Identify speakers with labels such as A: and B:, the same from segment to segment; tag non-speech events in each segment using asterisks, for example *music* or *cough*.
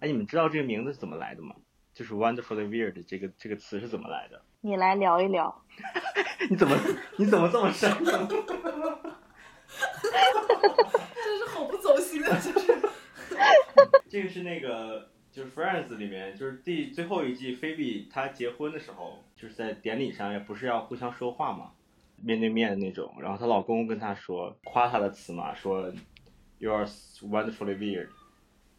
A: 哎，你们知道这个名字是怎么来的吗？就是 “wonderfully weird” 这个这个词是怎么来的？
B: 你来聊一聊。
A: *laughs* 你怎么你怎么这么生动？
C: 真是好不走心啊！就是 *laughs*
A: *laughs* 这个是那个就是《Friends》里面，就是第最后一季，菲比她结婚的时候，就是在典礼上，也不是要互相说话嘛，面对面的那种。然后她老公跟她说，夸她的词嘛，说 “You are wonderfully weird”，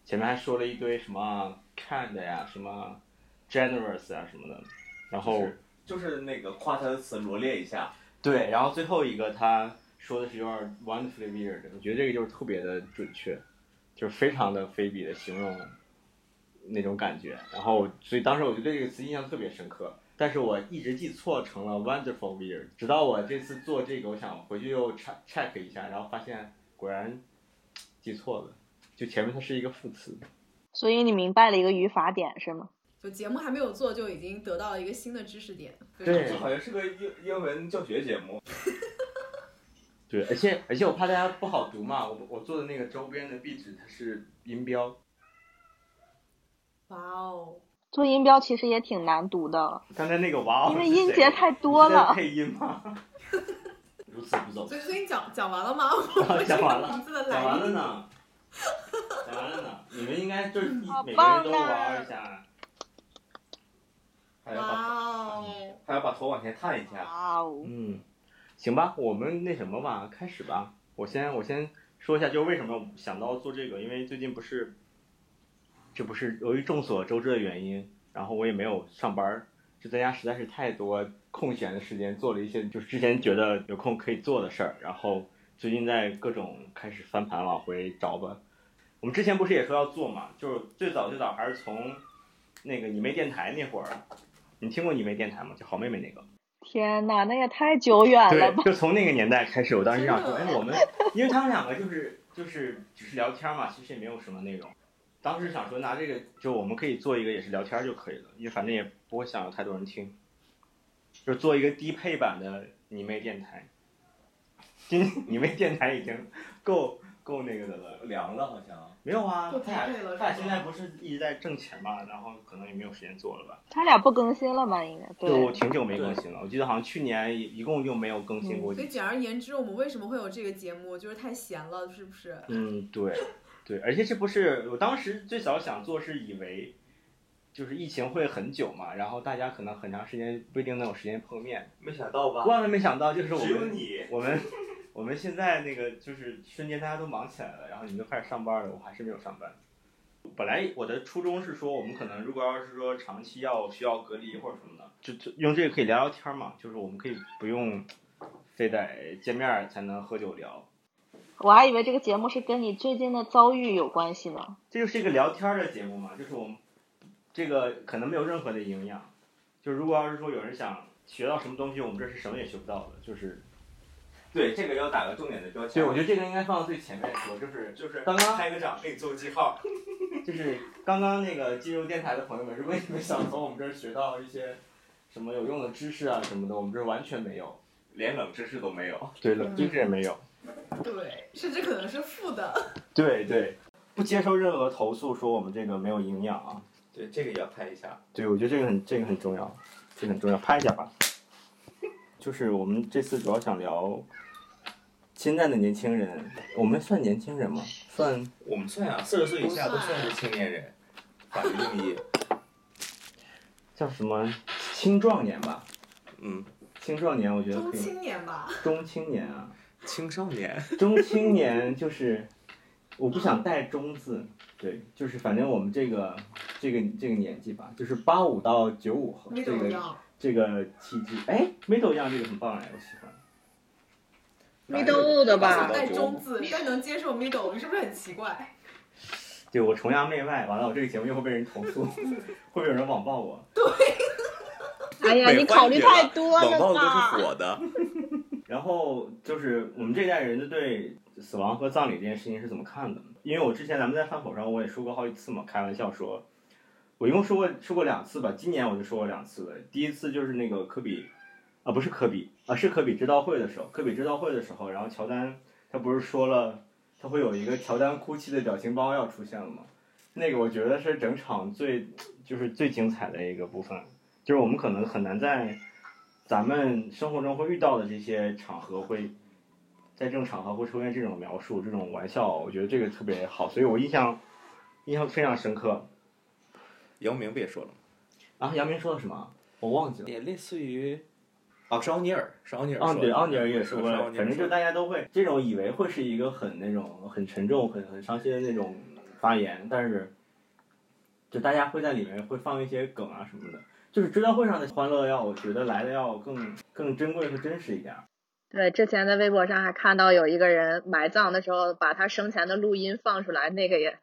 A: 前面还说了一堆什么 “kind” 呀，什么 “generous” 啊什么的。然后
D: 就是那个夸他的词罗列一下，
A: 对，然后最后一个她说的是 “You are wonderfully weird”，我觉得这个就是特别的准确。就是非常的菲比的形容那种感觉，然后所以当时我就对这个词印象特别深刻，但是我一直记错成了 wonderful weird，直到我这次做这个，我想回去又 check check 一下，然后发现果然记错了，就前面它是一个副词。
B: 所以你明白了一个语法点是吗？
C: 就节目还没有做，就已经得到了一个新的知识点。
A: 对
D: 这好像是个英英文教学节目。
A: *laughs* 对，而且而且我怕大家不好读嘛，我我做的那个周边的壁纸它是音标，
C: 哇哦，
B: 做音标其实也挺难读的，
A: 刚才那个哇哦，
B: 因为音节太多
A: 你是在
B: 了。
A: 配音吗？ *laughs* 如此不走
C: 哦所以所以你讲讲完了
A: *laughs*
C: 吗？
A: 讲完了，
C: 名字的
A: 讲完
C: 来
A: 了
C: 历。
A: 呢，讲完了呢，你们应该就是一
B: 好
A: 每个人
B: 棒
A: 都
B: 啊
A: 玩一下，
D: 还要把
C: 哇哦，
D: 还要把头往前探一下，
B: 哇哦！
A: 嗯，行吧，我们那什么吧，开始吧，我先我先说一下，就是为什么想到做这个，因为最近不是，这不是由于众所周知的原因，然后我也没有上班儿，就在家实在是太多空闲的时间，做了一些就是之前觉得有空可以做的事儿，然后最近在各种开始翻盘往回找吧。我们之前不是也说要做嘛，就是最早最早还是从那个你妹电台那会儿，你听过你妹电台吗？就好妹妹那个。
B: 天哪，那也太久远了吧！
A: 对，就从那个年代开始，我当时想说，
C: 真
A: 哎，
C: 的 *laughs*
A: 我们，因为他们两个就是就是只是聊天嘛，其实也没有什么内容。当时想说拿这个，就我们可以做一个也是聊天就可以了，因为反正也不会想有太多人听，就做一个低配版的你妹电台。今你妹电台已经够够那个的了，
D: 凉了好像。
A: 没有啊
C: 够，
A: 他
C: 低
A: 俩
C: 配了
A: 他俩
C: 是
A: 现
C: 吗
A: 在不是一直在挣钱嘛，然后可能也没有时间做了吧。
B: 他俩不更新了吧？应该
A: 对，我
B: 对。
A: 挺久没更新了，我记得好像去年一一共就没有更
B: 嗯
A: 新过
C: 所以简而言之，我们为什么会有这个节目，就是太闲了，是不是？
A: 嗯，对，对，而且这不是我当时最早想做，是以为就是疫情会很久嘛，然后大家可能很长时间不一定能有时间碰面。
D: 没想到吧？
A: 万万没想到，就是我
D: 只有
A: 们
D: 你，
A: 我们我们现在那个就是瞬间大家都忙起来了，然后你们都开始上班了，我还是没有上班。本来我的初衷是说，我们可能如果要是说长期要需要隔离或者什么的，就就用这个可以聊聊天嘛，就是我们可以不用非得见面儿才能喝酒聊，
B: 我还以为这个节目是跟你最近的遭遇有关系呢。
A: 这就是一个聊天儿的节目嘛，就是我们这个可能没有任何的营养。就如果要是说有人想学到什么东西，我们这是什么也学不到的。就是，
D: 对这个要打个重点的标签。
A: 对，我觉得这个应该放到最前面说，就是
D: 就是
A: 刚刚
D: 拍个掌给你做个记号。
A: 就是刚刚那个进入电台的朋友们，如果你们想从我们这儿学到一些什么有用的知识啊什么的，我们这儿完全没有。
D: 连冷知识都没有。
A: 对
C: 冷知识
A: 也没有。
C: 对，甚至可能是负的。
A: 对对，不接受任何投诉，说我们这个没有营养啊。
D: 对，这个也要拍一下。
A: 对，我觉得这个很这个很重要，这个很重要，拍一下吧。就是我们这次主要想聊现在的年轻人，我们算年轻人吗？算
D: 我们算啊，四十岁以下都算是青年人，法律 *laughs* 定义。
A: 叫什么青壮年吧？
D: 嗯，
A: 青壮年我觉得
C: 中
A: 可以，
C: 青年吧，
A: 中青年啊，
D: 青少年。
A: 中青年就是我不想带中字，对，就是反正我们这个这个这个年纪吧，就是八五到九五后
C: 没
A: 这
C: 怎么
A: 个
C: 样。
A: 这个契机，哎，middle young 这个很棒哎，我喜欢。
B: old
D: 吧
C: 带中字，但能接受 middle，是不是很奇怪？
A: 对我崇洋媚外，完了我这个节目又会被人投诉， *laughs* 会不会有人网暴我？
B: 哎
D: 呀你考虑太
B: 多
D: 网暴都是火的。
A: 然后就是我们这一代人的对死亡和葬礼这件事情是怎么看的？因为我之前咱们在饭否上我也说过好几次嘛，开玩笑说，我一共说过说过两次吧，今年我就说过两次了。第一次就是那个科比，啊不是科比，啊是科比追悼会的时候，科比追悼会的时候，然后乔丹他不是说了他会有一个乔丹哭泣的表情包要出现了吗？那个我觉得是整场最就是最精彩的一个部分，就是我们可能很难在咱们生活中会遇到的这些场合会。在这种场合会出现这种描述、这种玩笑，我觉得这个特别好，所以我印象印象非常深刻。
D: 姚明不也说了吗？
A: 然啊后杨明说了什么？我忘记了。
D: 也类似于，哦，是奥尼尔，是奥尼尔说
A: 啊，
D: 的，
A: 对，奥尼尔也说
D: 是
A: 了，
D: 奥尼
A: 反
D: 尔
A: 正就
D: 说的
A: 大家都会这种以为会是一个很那种很沉重、很很伤心的那种发言，但是就大家会在里面会放一些梗啊什么的，就是追悼会上的欢乐要，我觉得来的要更更珍贵和真实一点。
E: 对，之前在微博上还看到有一个人埋葬的时候把他生前的录音放出来，那个也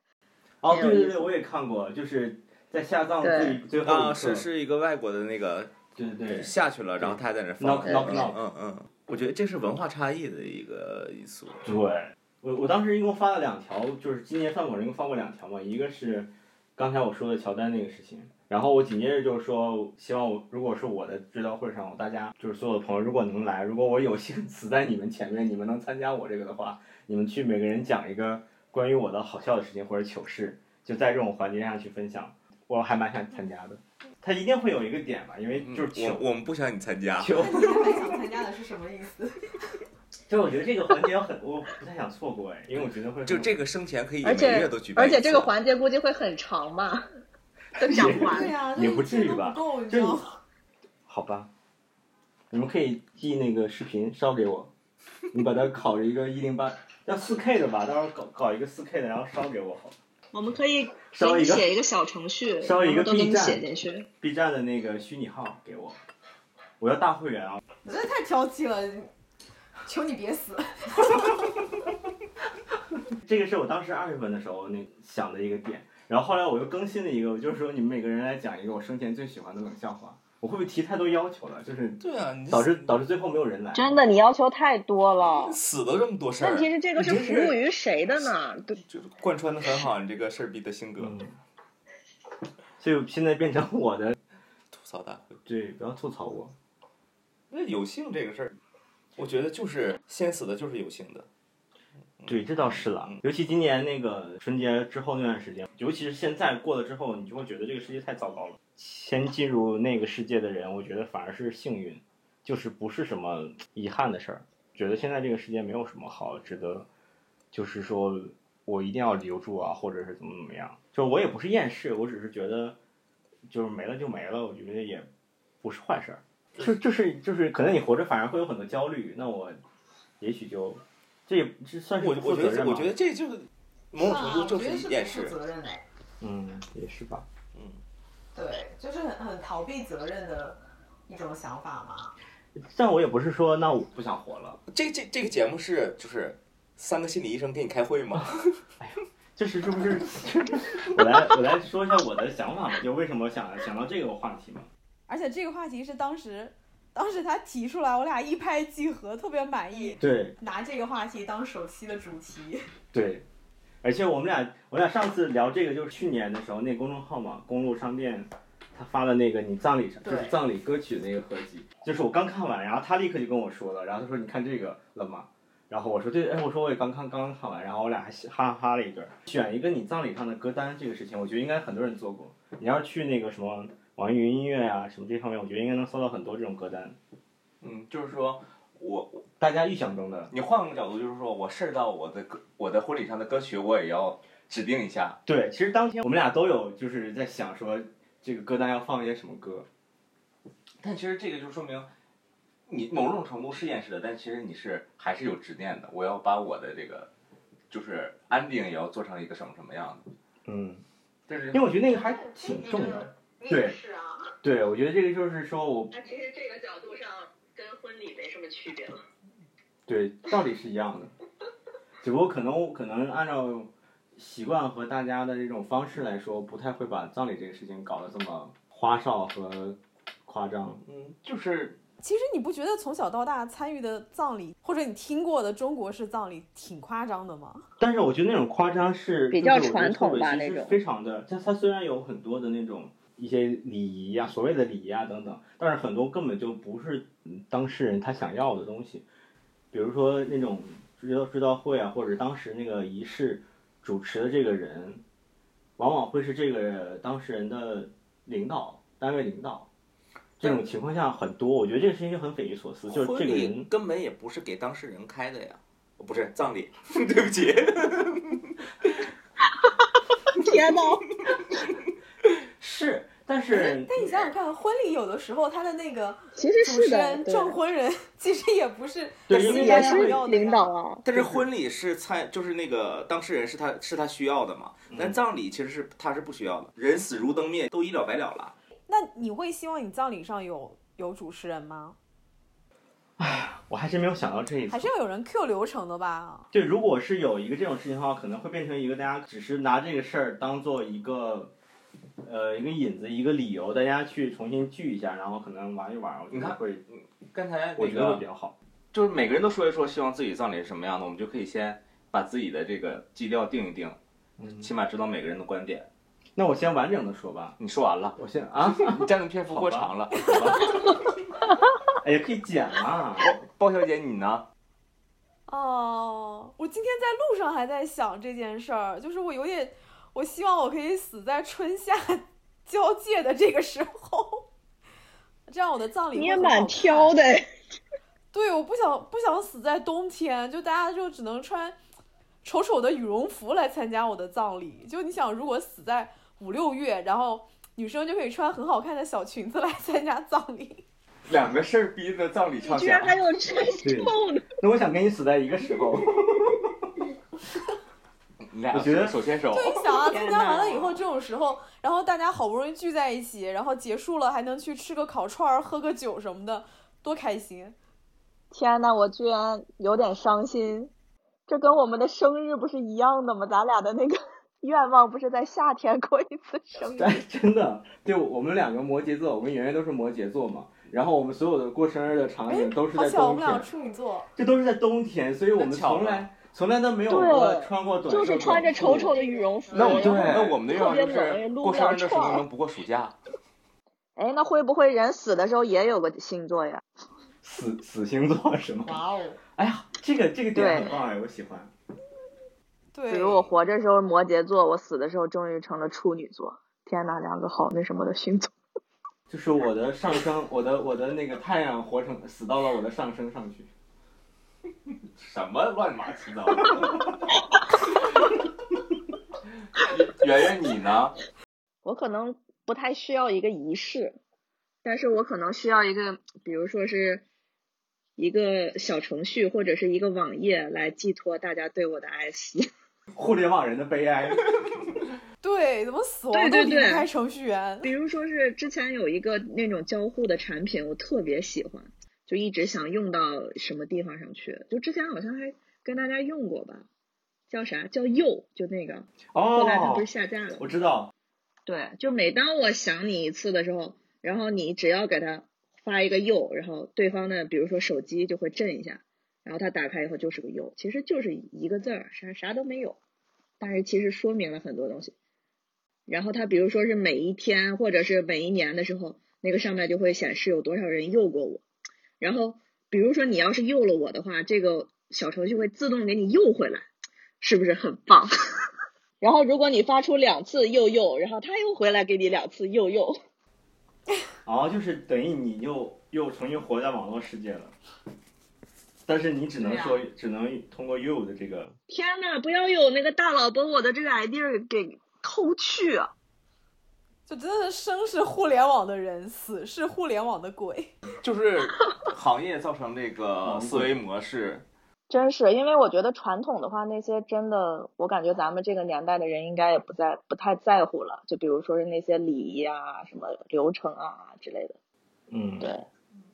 A: 哦，
E: 很有
A: 对对
E: 意
A: 对，我也看过，就是在下葬
E: 对
A: 最最后一刻，
D: 啊，是是一个外国的那个
A: 对对对。
D: 下去了，然后他还在那放
A: Knock,
D: 着。
A: knock,
D: 嗯
A: knock
D: 嗯嗯，我觉得这是文化差异的一个因素。
A: 对，我我当时一共发了两条，就是今年饭馆一共发过两条嘛，一个是刚才我说的乔丹那个事情，然后我紧接着就是说，希望我如果是我的追悼会上，我大家就是所有的朋友如果能来，如果我有幸死在你们前面，你们能参加我这个的话，你们去每个人讲一个关于我的好笑的事情或者糗事，就在这种环节上去分享，我还蛮想参加的。他一定会有一个点吧，因为就是糗
D: 嗯我我们不想你参
A: *laughs*
D: 加，
A: 糗。
C: *laughs* 那你现在想参加的是什么意思？
A: 就是我觉得这个环节很，我不太想错过哎，因为我觉得会很
D: 就这个生前可以每
E: 而且
D: 月都举办
E: 而
D: 一次，
E: 且这个环节估计会很长
D: *laughs*
E: 吧，都讲不
C: 对
E: 完。
C: 呀、啊，
A: 也不至于吧
C: 这都不够，你
A: 就
C: 知
A: 是
C: 道吗？ *laughs*
A: 好吧，你们可以寄那个视频烧给我，你把它拷着一个一零八，要四 K 的吧，到时候搞搞一个四 K 的，然后烧给我好了。
B: 我们可以给
A: 烧
B: 你
A: 一个
B: 写一个小程序，
A: 烧一个
B: 然后都给
A: B
B: 你
A: 站
B: 写进去。
A: B 站的那个虚拟号给我，我要大会员啊！
C: 你真的太挑剔了，求你别死。
A: 这个是我当时二月份的时候那想的一个点，然后后来我又更新了一个，我就是说你们每个人来讲一个我生前最喜欢的冷笑话，我会不会提太多要求了？就是
D: 对啊，你
A: 导致导致最后没有人来。
B: 真的，你要求太多了。
D: 死了这么多事
E: 问
D: 儿，
E: 题是这个是
D: 你
E: 服
D: 真是
E: 务于谁的呢？对，
D: 就是贯穿的很好，你这个事儿逼的性格，
A: 嗯，所以现在变成我的，
D: 吐槽大会。
A: 对，不要吐槽我。
D: 那有幸这个事儿，我觉得就是先死的就是有幸的，
A: 对，这倒是了
D: 嗯，
A: 尤其今年那个春节之后那段时间，尤其是现在过了之后，你就会觉得这个世界太糟糕了。先进入那个世界的人，我觉得反而是幸运，就是不是什么遗憾的事儿。觉得现在这个世界没有什么好值得，就是说我一定要留住啊，或者是怎么怎么样。就是我也不是厌世，我只是觉得，就是没了就没了，我觉得也不是坏事儿。就就是就是，可能你活着反而会有很多焦虑，那我也许就这也这算是
D: 我
A: 不
D: 我
A: 负
D: 觉
A: 责
D: 得
A: 任
D: 我
A: 吧
D: 觉得这就是某种程度
C: 啊
E: 啊
C: 我
D: 就
C: 觉得
D: 是
C: 是
D: 掩
C: 不负
D: 饰。
C: 责任的，
A: 嗯，也是吧。
C: 对，就是很很逃避责任的一种想法嘛。
A: 但我也不是说那我不想活了，
D: 这这这个节目是就是三个心理医生给你开会吗？
A: 就是这不是？我来我来说一下我的想法吧，就为什么想想到这个话题嘛。
F: 而且这个话题是当时，当时他提出来，我俩一拍即合，特别满意。
A: 对
C: 拿这个话题当首期的主 *laughs* 题，
A: 对，而且我们俩我俩上次聊这个就是去年的时候，那公众号嘛，公路商店。他发的那个你葬礼上就是
C: 对
A: 葬礼歌曲那个合集，就是我刚看完，然后他立刻就跟我说了，然后他说你看这个了吗？然后我说对，哎，我说我也刚看刚看完，然后我俩还哈哈哈了一顿。选一个你葬礼上的歌单这个事情，我觉得应该很多人做过。你要是去那个什么网易云音乐啊什么这方面，我觉得应该能搜到很多这种歌单。
D: 嗯，就是说我
A: 大家预想中的。
D: 你换个角度，就是说我事儿到我的歌，我的婚礼上的歌曲我也要指定一下。
A: 对，其实当天我们俩都有就是在想说这个歌单要放一些什么歌。
D: 但其实这个就说明，你某种程度是掩饰的，但其实你是还是有执念的。我要把我的这个，就是安定也要做成一个什么什么样的。
A: 嗯，
D: 但是
A: 因为我觉得那个还挺重的。对
E: 是啊，
A: 对，我觉得这个就是说我
E: 那其实这个角度上跟婚礼没什么区别了。
A: 对道理是一样的，只不过可能可能按照习惯和大家的这种方式来说，不太会把葬礼这个事情搞得这么花哨和夸张。
D: 嗯，就是
F: 其实你不觉得从小到大参与的葬礼，或者你听过的中国式葬礼，挺夸张的吗？
A: 但是我觉得那种夸张是
E: 比
A: 就是
E: 较
A: 我觉得
E: 传统
A: 特别
E: 吧
A: 其实
E: 那种
A: 非常的。它它虽然有很多的那种一些礼仪啊，所谓的礼仪啊等等，但是很多根本就不是嗯当事人他想要的东西。比如说那种追悼追悼会啊，或者当时那个仪式主持的这个人，往往会是这个当事人的领导单位领导，这种情况下很多。我觉得这个事情就很匪夷所思，就是
G: 婚
A: 这个
G: 礼
A: 人
G: 根本也不是给当事人开的呀，哦不是葬礼， *laughs* 对不起，
E: *laughs* 天呐，
A: 是，但是
F: 但你想想看，婚礼有的时候他的那个
E: 其实
F: 主
E: *laughs* 是
F: 持
E: 的，
F: 人、
E: 对
F: 证婚人 *laughs* 其实也不是
A: 对
F: 新
A: 因为
F: 人
E: 也
F: 想
E: 是
F: 要的呀
E: 领导啊，
G: 但是婚礼是参，就是那个当事人是他是他需要的嘛，
D: 嗯
G: 但葬礼其实是他是不需要的，人死如灯灭，都一了百了了。
F: 那你会希望你葬礼上有有主持人吗？
A: 我还真没有想到这一
F: 还
A: 层
F: 是。要有人 Q 流程的吧？
A: 就如果是有一个这种事情的话，可能会变成一个大家只是拿这个事儿当做一个，呃，一个引子，一个理由，大家去重新聚一下，然后可能玩一玩。我觉
D: 你
A: 得
D: 看
A: 会，
D: 刚才
A: 我
D: 那
A: 觉得会比
D: 个
A: 较好。
D: 就是每个人都说一说，希望自己葬礼是什么样的，我们就可以先把自己的这个基调定一定，
A: 嗯，
D: 起码知道每个人的观点。
A: 那我先完整的说吧。
D: 你说完了，
A: 我先啊，
D: 你占的篇幅过长了。
A: 好吧哎呀，可以剪啦。
D: 包小姐，你呢？
F: 哦，我今天在路上还在想这件事儿，就是我有点，我希望我可以死在春夏 *laughs* 交界的这个时候，这样我的葬礼
E: 你
F: 会
E: 也
F: 很好
E: 蛮
F: 看
E: 挑的，
F: 对，我不想不想死在冬天，就大家就只能穿丑丑的羽绒服来参加我的葬礼。就你想，如果死在五六月，然后女生就可以穿很好看的小裙子来参加葬礼。
D: 两个事儿逼的葬礼
E: 哎你居然还有这
A: 对
E: 种的，
A: 那我想跟你死在一个时候。 *laughs*
D: 你俩
A: 我觉得
D: 手牵手，
F: *laughs* 对，你想啊，参
C: 天
F: 加完了以
C: 呐
F: 后，这种时候，然后大家好不容易聚在一起，然后结束了还能去吃个烤串儿、喝个酒什么的，多开心！
B: *laughs* 天呐，我居然有点伤心，这跟我们的生日不是一样的吗？咱俩的那个 *laughs* 愿望不是在夏天过一次生日？
A: 但真的，对我们两个摩羯座，我们圆圆都是摩羯座嘛。然后我们所有的过生日的场景都是
F: 哎好
A: 在
F: 巧，我
A: 冬
F: 们俩
A: 天，
F: 处女座，
A: 这都是在冬天，所以我们
D: 那巧
A: 从
D: 了
A: 来从来都没有过
B: 对
A: 穿过短袖
E: 就是穿着丑丑的羽绒服，
D: 那我们
A: 对
D: 那我们的愿望就
E: 特别冷也
D: 是
E: 撸
D: 过
E: 不了
D: 生日的时候
E: 串儿
D: 能不过暑假。
B: 哎，那会不会人死的时候也有个星座呀？
A: 死死星座是吗？
C: 哇哦，
A: 哎呀，这个这个点
B: 对
A: 很棒哎，我喜欢。
B: 比
F: 对，
B: 如我活着时候摩羯座，我死的时候终于成了处女座。天呐，两个好那什么的星座。
A: 就是我的上升，我的我的那个太阳活成死到了我的上升上去。
D: 什么乱码
A: *laughs*
D: 七糟的？圆圆，你呢？
B: 我可能不太需要一个仪式，但是我可能需要一个，比如说是一个小程序或者是一个网页来寄托大家对我的爱惜。
A: 互联网人的悲哀，
F: 对，怎么死
B: 对
F: 亡都
B: 对
F: 离不
B: 对
F: 开程序员，
B: 比如说是之前有一个那种交互的产品，我特别喜欢，就一直想用到什么地方上去。就之前好像还跟大家用过吧，叫啥？叫柚，就那个。后来它
A: 哦
B: 不是，下架了吗？
A: 我知道，
B: 对，就每当我想你一次的时候，然后你只要给他发一个右，然后对方的比如说手机就会震一下，然后他打开以后就是个右，其实就是一个字儿，啥啥都没有，但是其实说明了很多东西。然后他比如说是每一天或者是每一年的时候，那个上面就会显示有多少人右过我，然后比如说你要是右了我的话，这个小程序会自动给你右回来，是不是很棒？ *laughs* 然后如果你发出两次右右，然后他又回来给你两次右右，
A: 哦，就是等于你又又重新活在网络世界了，但是你只能说，只能通过 you 的这个，
B: 天呐，不要有那个大佬把我的这个 idea 给偷去啊！
F: 就真的是生是互联网的人，死是互联网的鬼。
D: 就是行业造成这个思维模式，
B: 真是，因为我觉得传统的话，那些真的，我感觉咱们这个年代的人应该也不在不太在乎了。就比如说是那些礼仪啊、什么流程啊之类的。
A: 嗯，
B: 对，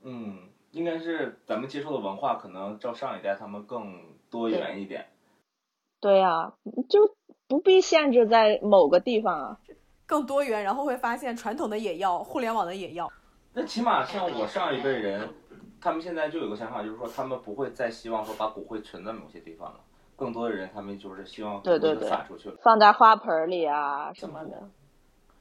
D: 嗯，应该是咱们接受的文化可能照上一代他们更多元一点。
B: 对呀、就不必限制在某个地方啊。
F: 更多元，然后会发现传统的也要，互联网的也要。
D: 那起码像我上一辈人，他们现在就有个想法，就是说他们不会再希望说把骨灰存在某些地方了，更多的人他们就是希望
B: 对对
D: 骨灰
B: 对
D: 撒出去了，
B: 放在花盆里啊什么的，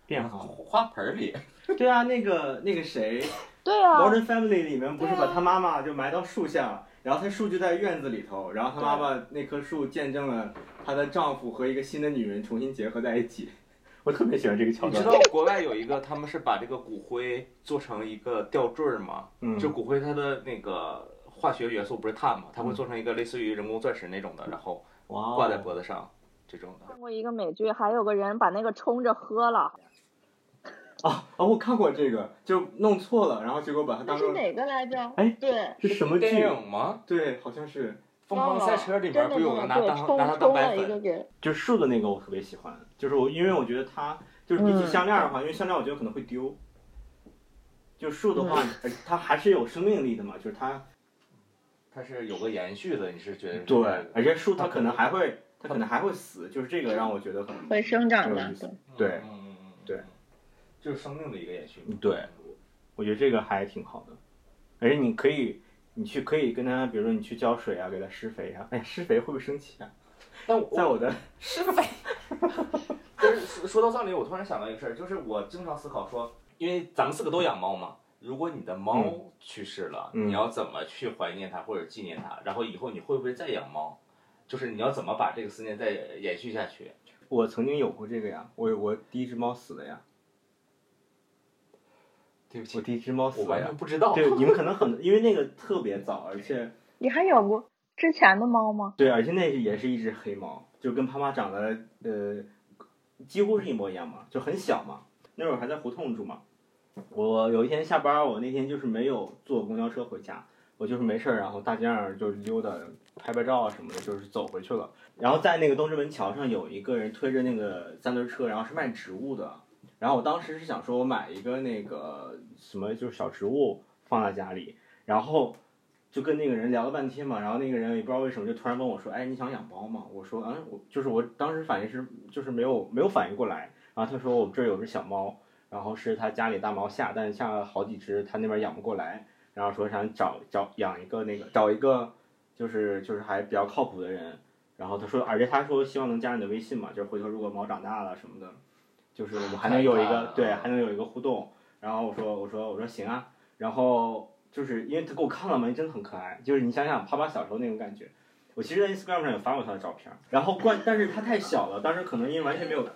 A: 变好。
D: 花盆儿里。
A: 对啊，那个那个谁，
B: 对
A: 《
B: 啊，
A: Modern Family》里啊面不是把他妈妈就埋到树下，然后他树就在院子里头，然后他妈妈那棵树见证了她的丈夫和一个新的女人重新结合在一起。 *laughs* 我特别喜欢这个桥
D: 你知
A: 段。
D: 道国外有一个，他们是把这个骨灰做成一个吊坠儿吗？
A: 嗯
D: 就骨灰它的那个化学元素不是碳嘛，它
B: 嗯
D: 会做成一个类似于人工钻石那种的，然后
A: 哇哦，
D: 挂在脖子上这种的。
E: 看过一个美剧，还有个人把那个冲着喝了，
A: 啊啊！我看过这个，就弄错了，然后结果把它
B: 那
A: 当
B: 是
A: 成
B: 哪个来着？
A: 哎
B: 对，
A: 是什么剧？
D: 电影吗？
A: 对，好像是
D: 《疯狂赛车》里面
B: 真的
D: 不有个
B: 忘
D: 拿
B: 了对
D: 当
B: 冲
D: 拿它
B: 冲
D: 当
B: 了
D: 白
B: 一个
D: 粉？
B: 给，
A: 就是树的那个，我特别喜欢。就是我，因为我觉得它就是比起项链的话，因为项链我觉得可能会丢。就树的话，呃它还是有生命力的嘛，就是它
D: 它是有个延续的，你是觉得是
A: 对，而且树它
D: 它
A: 可能还会，它可能还会死，就是这个让我觉得很
B: 会生长
A: 有
B: 的
A: 意。思。对
D: 对，嗯嗯嗯，
A: 对，
D: 就是生命的一个延续嘛。
A: 对我觉得这个还挺好的，而且你可以，你去可以跟它，比如说你去浇水啊，给它施肥啊。哎，施肥会不会生气啊？
D: 但我
A: 在我的
F: 施肥，
D: 就是说说到葬礼，我突然想到一个事儿，就是我经常思考说，因为咱们四个都养猫嘛，如果你的猫去世了，
A: 嗯
D: 你要怎么去怀念它或者纪念它？然后以后你会不会再养猫？就是你要怎么把这个思念再延续下去？
A: 我曾经有过这个呀，我我第一只猫死了呀，
D: 对不
A: 我，第一只猫死
D: 我
A: 了
D: 完
A: 呀
D: 全。不知道。
A: 对，你们可能很，因为那个特别早，而且
E: 你还养过之前的猫吗？
A: 对，而且那也是一只黑猫，就跟妈妈长得呃几乎是一模一样嘛，就很小嘛。那会儿还在胡同住嘛。我有一天下班儿，我那天就是没有坐公交车回家，我就是没事儿，然后大街上就是溜达，拍拍照啊什么的，就是走回去了。然后在那个东直门桥上有一个人推着那个三轮车，然后是卖植物的。然后我当时是想说，我买一个那个什么就是小植物放在家里，然后就跟那个人聊了半天嘛，然后那个人也不知道为什么就突然问我说：“哎，你想养猫吗？”我说：“嗯，我就是我当时反应是就是没有没有反应过来。”然后他说：“我们这儿有只小猫，然后是他家里大猫下，但是下了好几只，他那边养不过来，然后说想找找养一个那个找一个就是就是还比较靠谱的人。”然后他说，而且他说希望能加你的微信嘛，就是回头如果猫长大了什么的，就是我们还能有一
D: 太大
A: 个
D: 了
A: 对还能有一个互动。然后我说我说我说行啊，然后就是因为他给我看了嘛，真的很可爱，就是你想想啪啪小时候那种感觉。我其实，在 Instagram 上有发过他的照片儿，然后关，但是他太小了，当时可能因为完全没有，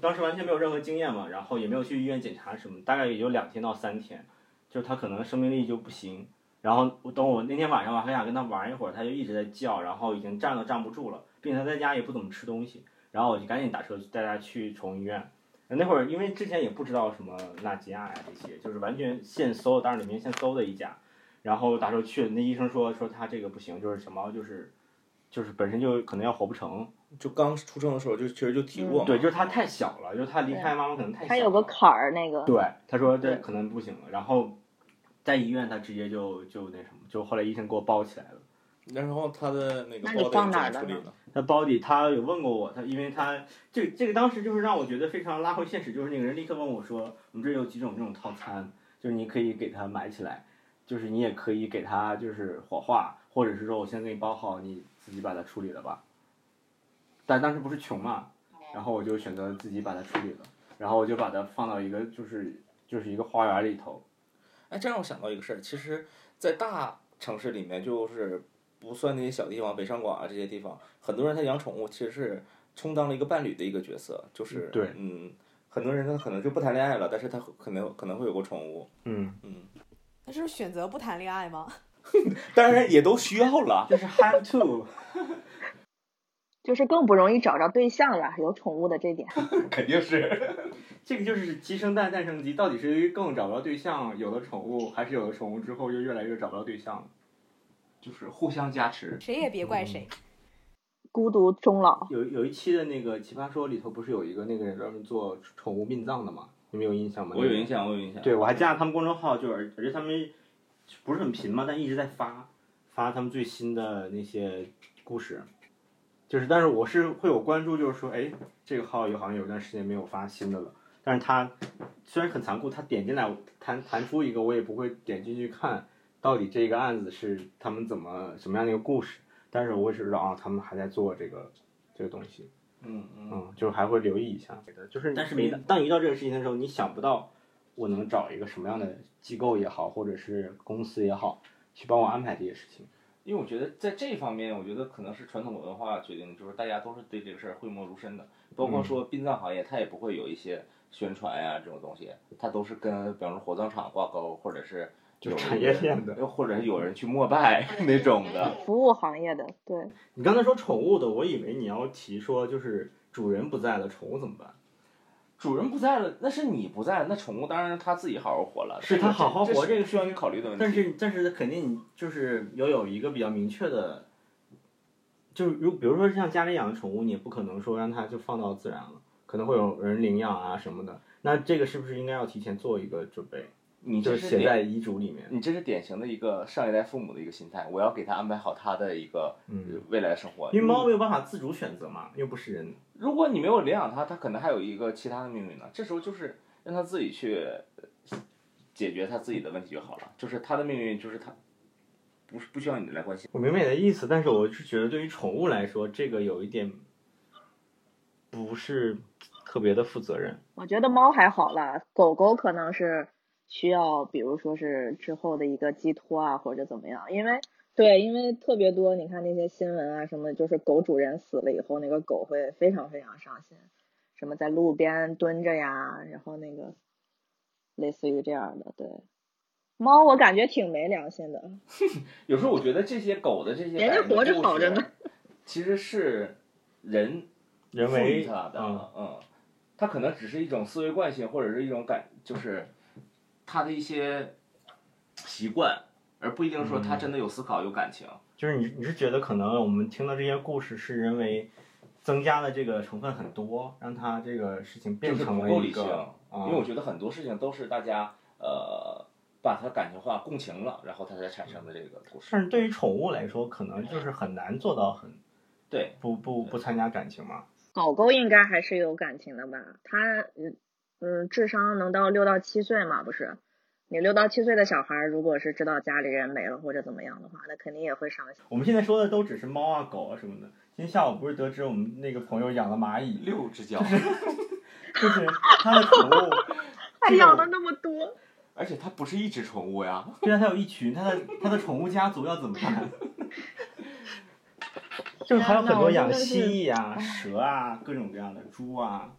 A: 当时完全没有任何经验嘛，然后也没有去医院检查什么，大概也就两天到三天，就是他可能生命力就不行。然后我等我那天晚上我还想跟他玩一会儿，他就一直在叫，然后已经站都站不住了，并且他在家也不怎么吃东西，然后我就赶紧打车带他去宠物医院。那会儿因为之前也不知道什么纳吉亚呀这些，就是完全现搜，当然里面先搜的一家，然后打车去，那医生说说他这个不行，就是小猫就是就是本身就可能要活不成，
G: 就刚出生的时候就其实就提过嘛，
A: 嗯对，就是它太小了，就是它离开妈妈可能太小了。
E: 还有个坎儿，那个
A: 对，他说这
E: 对
A: 可能不行了，然后在医院他直接就就那什么，就后来医生给我包起来了。
G: 然后他的那个
E: 那你
G: 包
E: 放
G: 怎
E: 哪
G: 么
E: 儿了
G: 处理
E: 呢
G: 了？
A: 他包底，他有问过我，他因为他这这个当时就是让我觉得非常拉回现实，就是那个人立刻问我说，我们这有几种这种套餐，就是你可以给他买起来，就是你也可以给他就是火化，或者是说我先给你包好，你自己把它处理了吧。但当时不是穷嘛，然后我就选择自己把它处理了，然后我就把它放到一个就是就是一个花园里头，
G: 哎，这让我想到一个事儿，其实，在大城市里面，就是不算那些小地方，北上广啊这些地方，很多人他养宠物其实是充当了一个伴侣的一个角色，就是
A: 对
G: 嗯，很多人他可能就不谈恋爱了，但是他可能可能会有个宠物，
A: 嗯。
G: 嗯，
F: *laughs* 那是选择不谈恋爱吗？
G: 当然也都需要了。
A: 就是 have to，
E: 就是更不容易找着对象了，有宠物的这点。
D: *laughs* 肯定是。
A: *laughs* 这个就是鸡生蛋，蛋生鸡，到底是由于更找不着对象，有了宠物，还是有了宠物之后又越来越找不着对象了？
D: 就是互相加持，
F: 谁也别怪谁。
E: 孤独终老，
A: 有有一期的那个《奇葩说》里头不是有一个那个人专门做宠物殡葬的吗？你们有印象吗？
D: 我有印。象，我有印象。
A: 对，我还加了他们公众号，就是而且他们不是很频嘛，但一直在发发他们最新的那些故事。就是，但是我是会有关注，就是说，哎，这个号有好像有段时间没有发新的了。但是它虽然很残酷，它点进来弹弹出一个，我也不会点进去看到底这个案子是他们怎么什么样的一个故事。但是我会知道啊，他们还在做这个这个东西。
D: 嗯嗯，
A: 嗯，就是还会留意一下，就是但是没当你遇到这个事情的时候，你想不到我能找一个什么样的机构也好，或者是公司也好，去帮我安排这些事情。
D: 因为我觉得在这方面，我觉得可能是传统文化决定的，就是大家都是对这个事儿讳莫如深的。包
A: 嗯
D: 括说殡葬行业，它也不会有一些宣传呀、这种东西，它都是跟比方说火葬场挂钩，或者是有
A: 就产业链的
D: 的，或者是有人去膜拜 *laughs* 那种的。
B: 服务行业的，对，
A: 你刚才说宠物的，我以为你要提说就是主人不在了，宠物怎么办？
D: 主人不在了，那是你不在了，那宠物当然它自己好好活了，
A: 是它好好活这
D: 这个
A: 个
D: 需要你考虑的问题。
A: 但是但是肯定你就是要有一个比较明确的，就是如比如说像家里养的宠物，你也不可能说让它就放到自然了，可能会有人领养啊什么的。那这个是不是应该要提前做一个准备？
D: 你
A: 就
D: 这
A: 是
D: 是
A: 写
D: 典
A: 在遗嘱里面。
D: 你这是典型的一个上一代父母的一个心态，我要给他安排好他的一个
A: 嗯
D: 未来的生活。
A: 因为猫没有办法自主选择嘛，又不是人。
D: 如果你没有领养它，它可能还有一个其他的命运呢。这时候就是让它自己去呃解决它自己的问题就好了。就是它的命运，就是它不是不需要你来关心。
A: 我明白你的意思，但是我是觉得对于宠物来说，这个有一点不是特别的负责任。
B: 我觉得猫还好啦，狗狗可能是需要，比如说是之后的一个寄托啊，或者怎么样，因为对，因为特别多，你看那些新闻啊什么，就是狗主人死了以后，那个狗会非常非常伤心，什么在路边蹲着呀，然后那个类似于这样的，对。猫我感觉挺没良心的，
D: 有时候我觉得这些狗的这
B: 人
D: 些
B: 家
D: 感人的
B: 活着
D: 故
B: 好着
D: 事
B: 呢，
D: 其实是人
A: 人
D: 赋予
A: 为
D: 它的，
A: 嗯，
D: 嗯，它可能只是一种思维惯性，或者是一种感，就是它的一些习惯，而不一定说它真的有思考、有感情。
A: 就是你你是觉得可能我们听到这些故事是人为增加的这个成分很多，让它这个事情变
D: 就是
A: 成
D: 不
A: 了
D: 够
A: 一
D: 理性
A: 个，，啊
D: 因为我觉得很多事情都是大家呃把它感情化、共情了，然后它才产生的这个故事。
A: 但是对于宠物来说，可能就是很难做到很
D: 对，
A: 不不不参加感情嘛。
B: 狗狗应该还是有感情的吧？它嗯嗯，智商能到六到七岁嘛？不是，你六到七岁的小孩儿，如果是知道家里人没了或者怎么样的话，那肯定也会伤心。
A: 我们现在说的都只是猫啊、狗啊什么的。今天下午不是得知我们那个朋友养了蚂蚁，
D: 六只 *laughs* 脚，
A: 就是他的宠
D: *laughs*
A: 物，
B: 还
A: 这
B: 养
A: 个
B: 了那么多，
D: 而且它不是一只宠物呀。
A: 对啊，它有一群，它的它的宠物家族要怎么办？ *laughs* 就是还有很多养蜥蜴啊、蛇啊、各种各样的猪啊，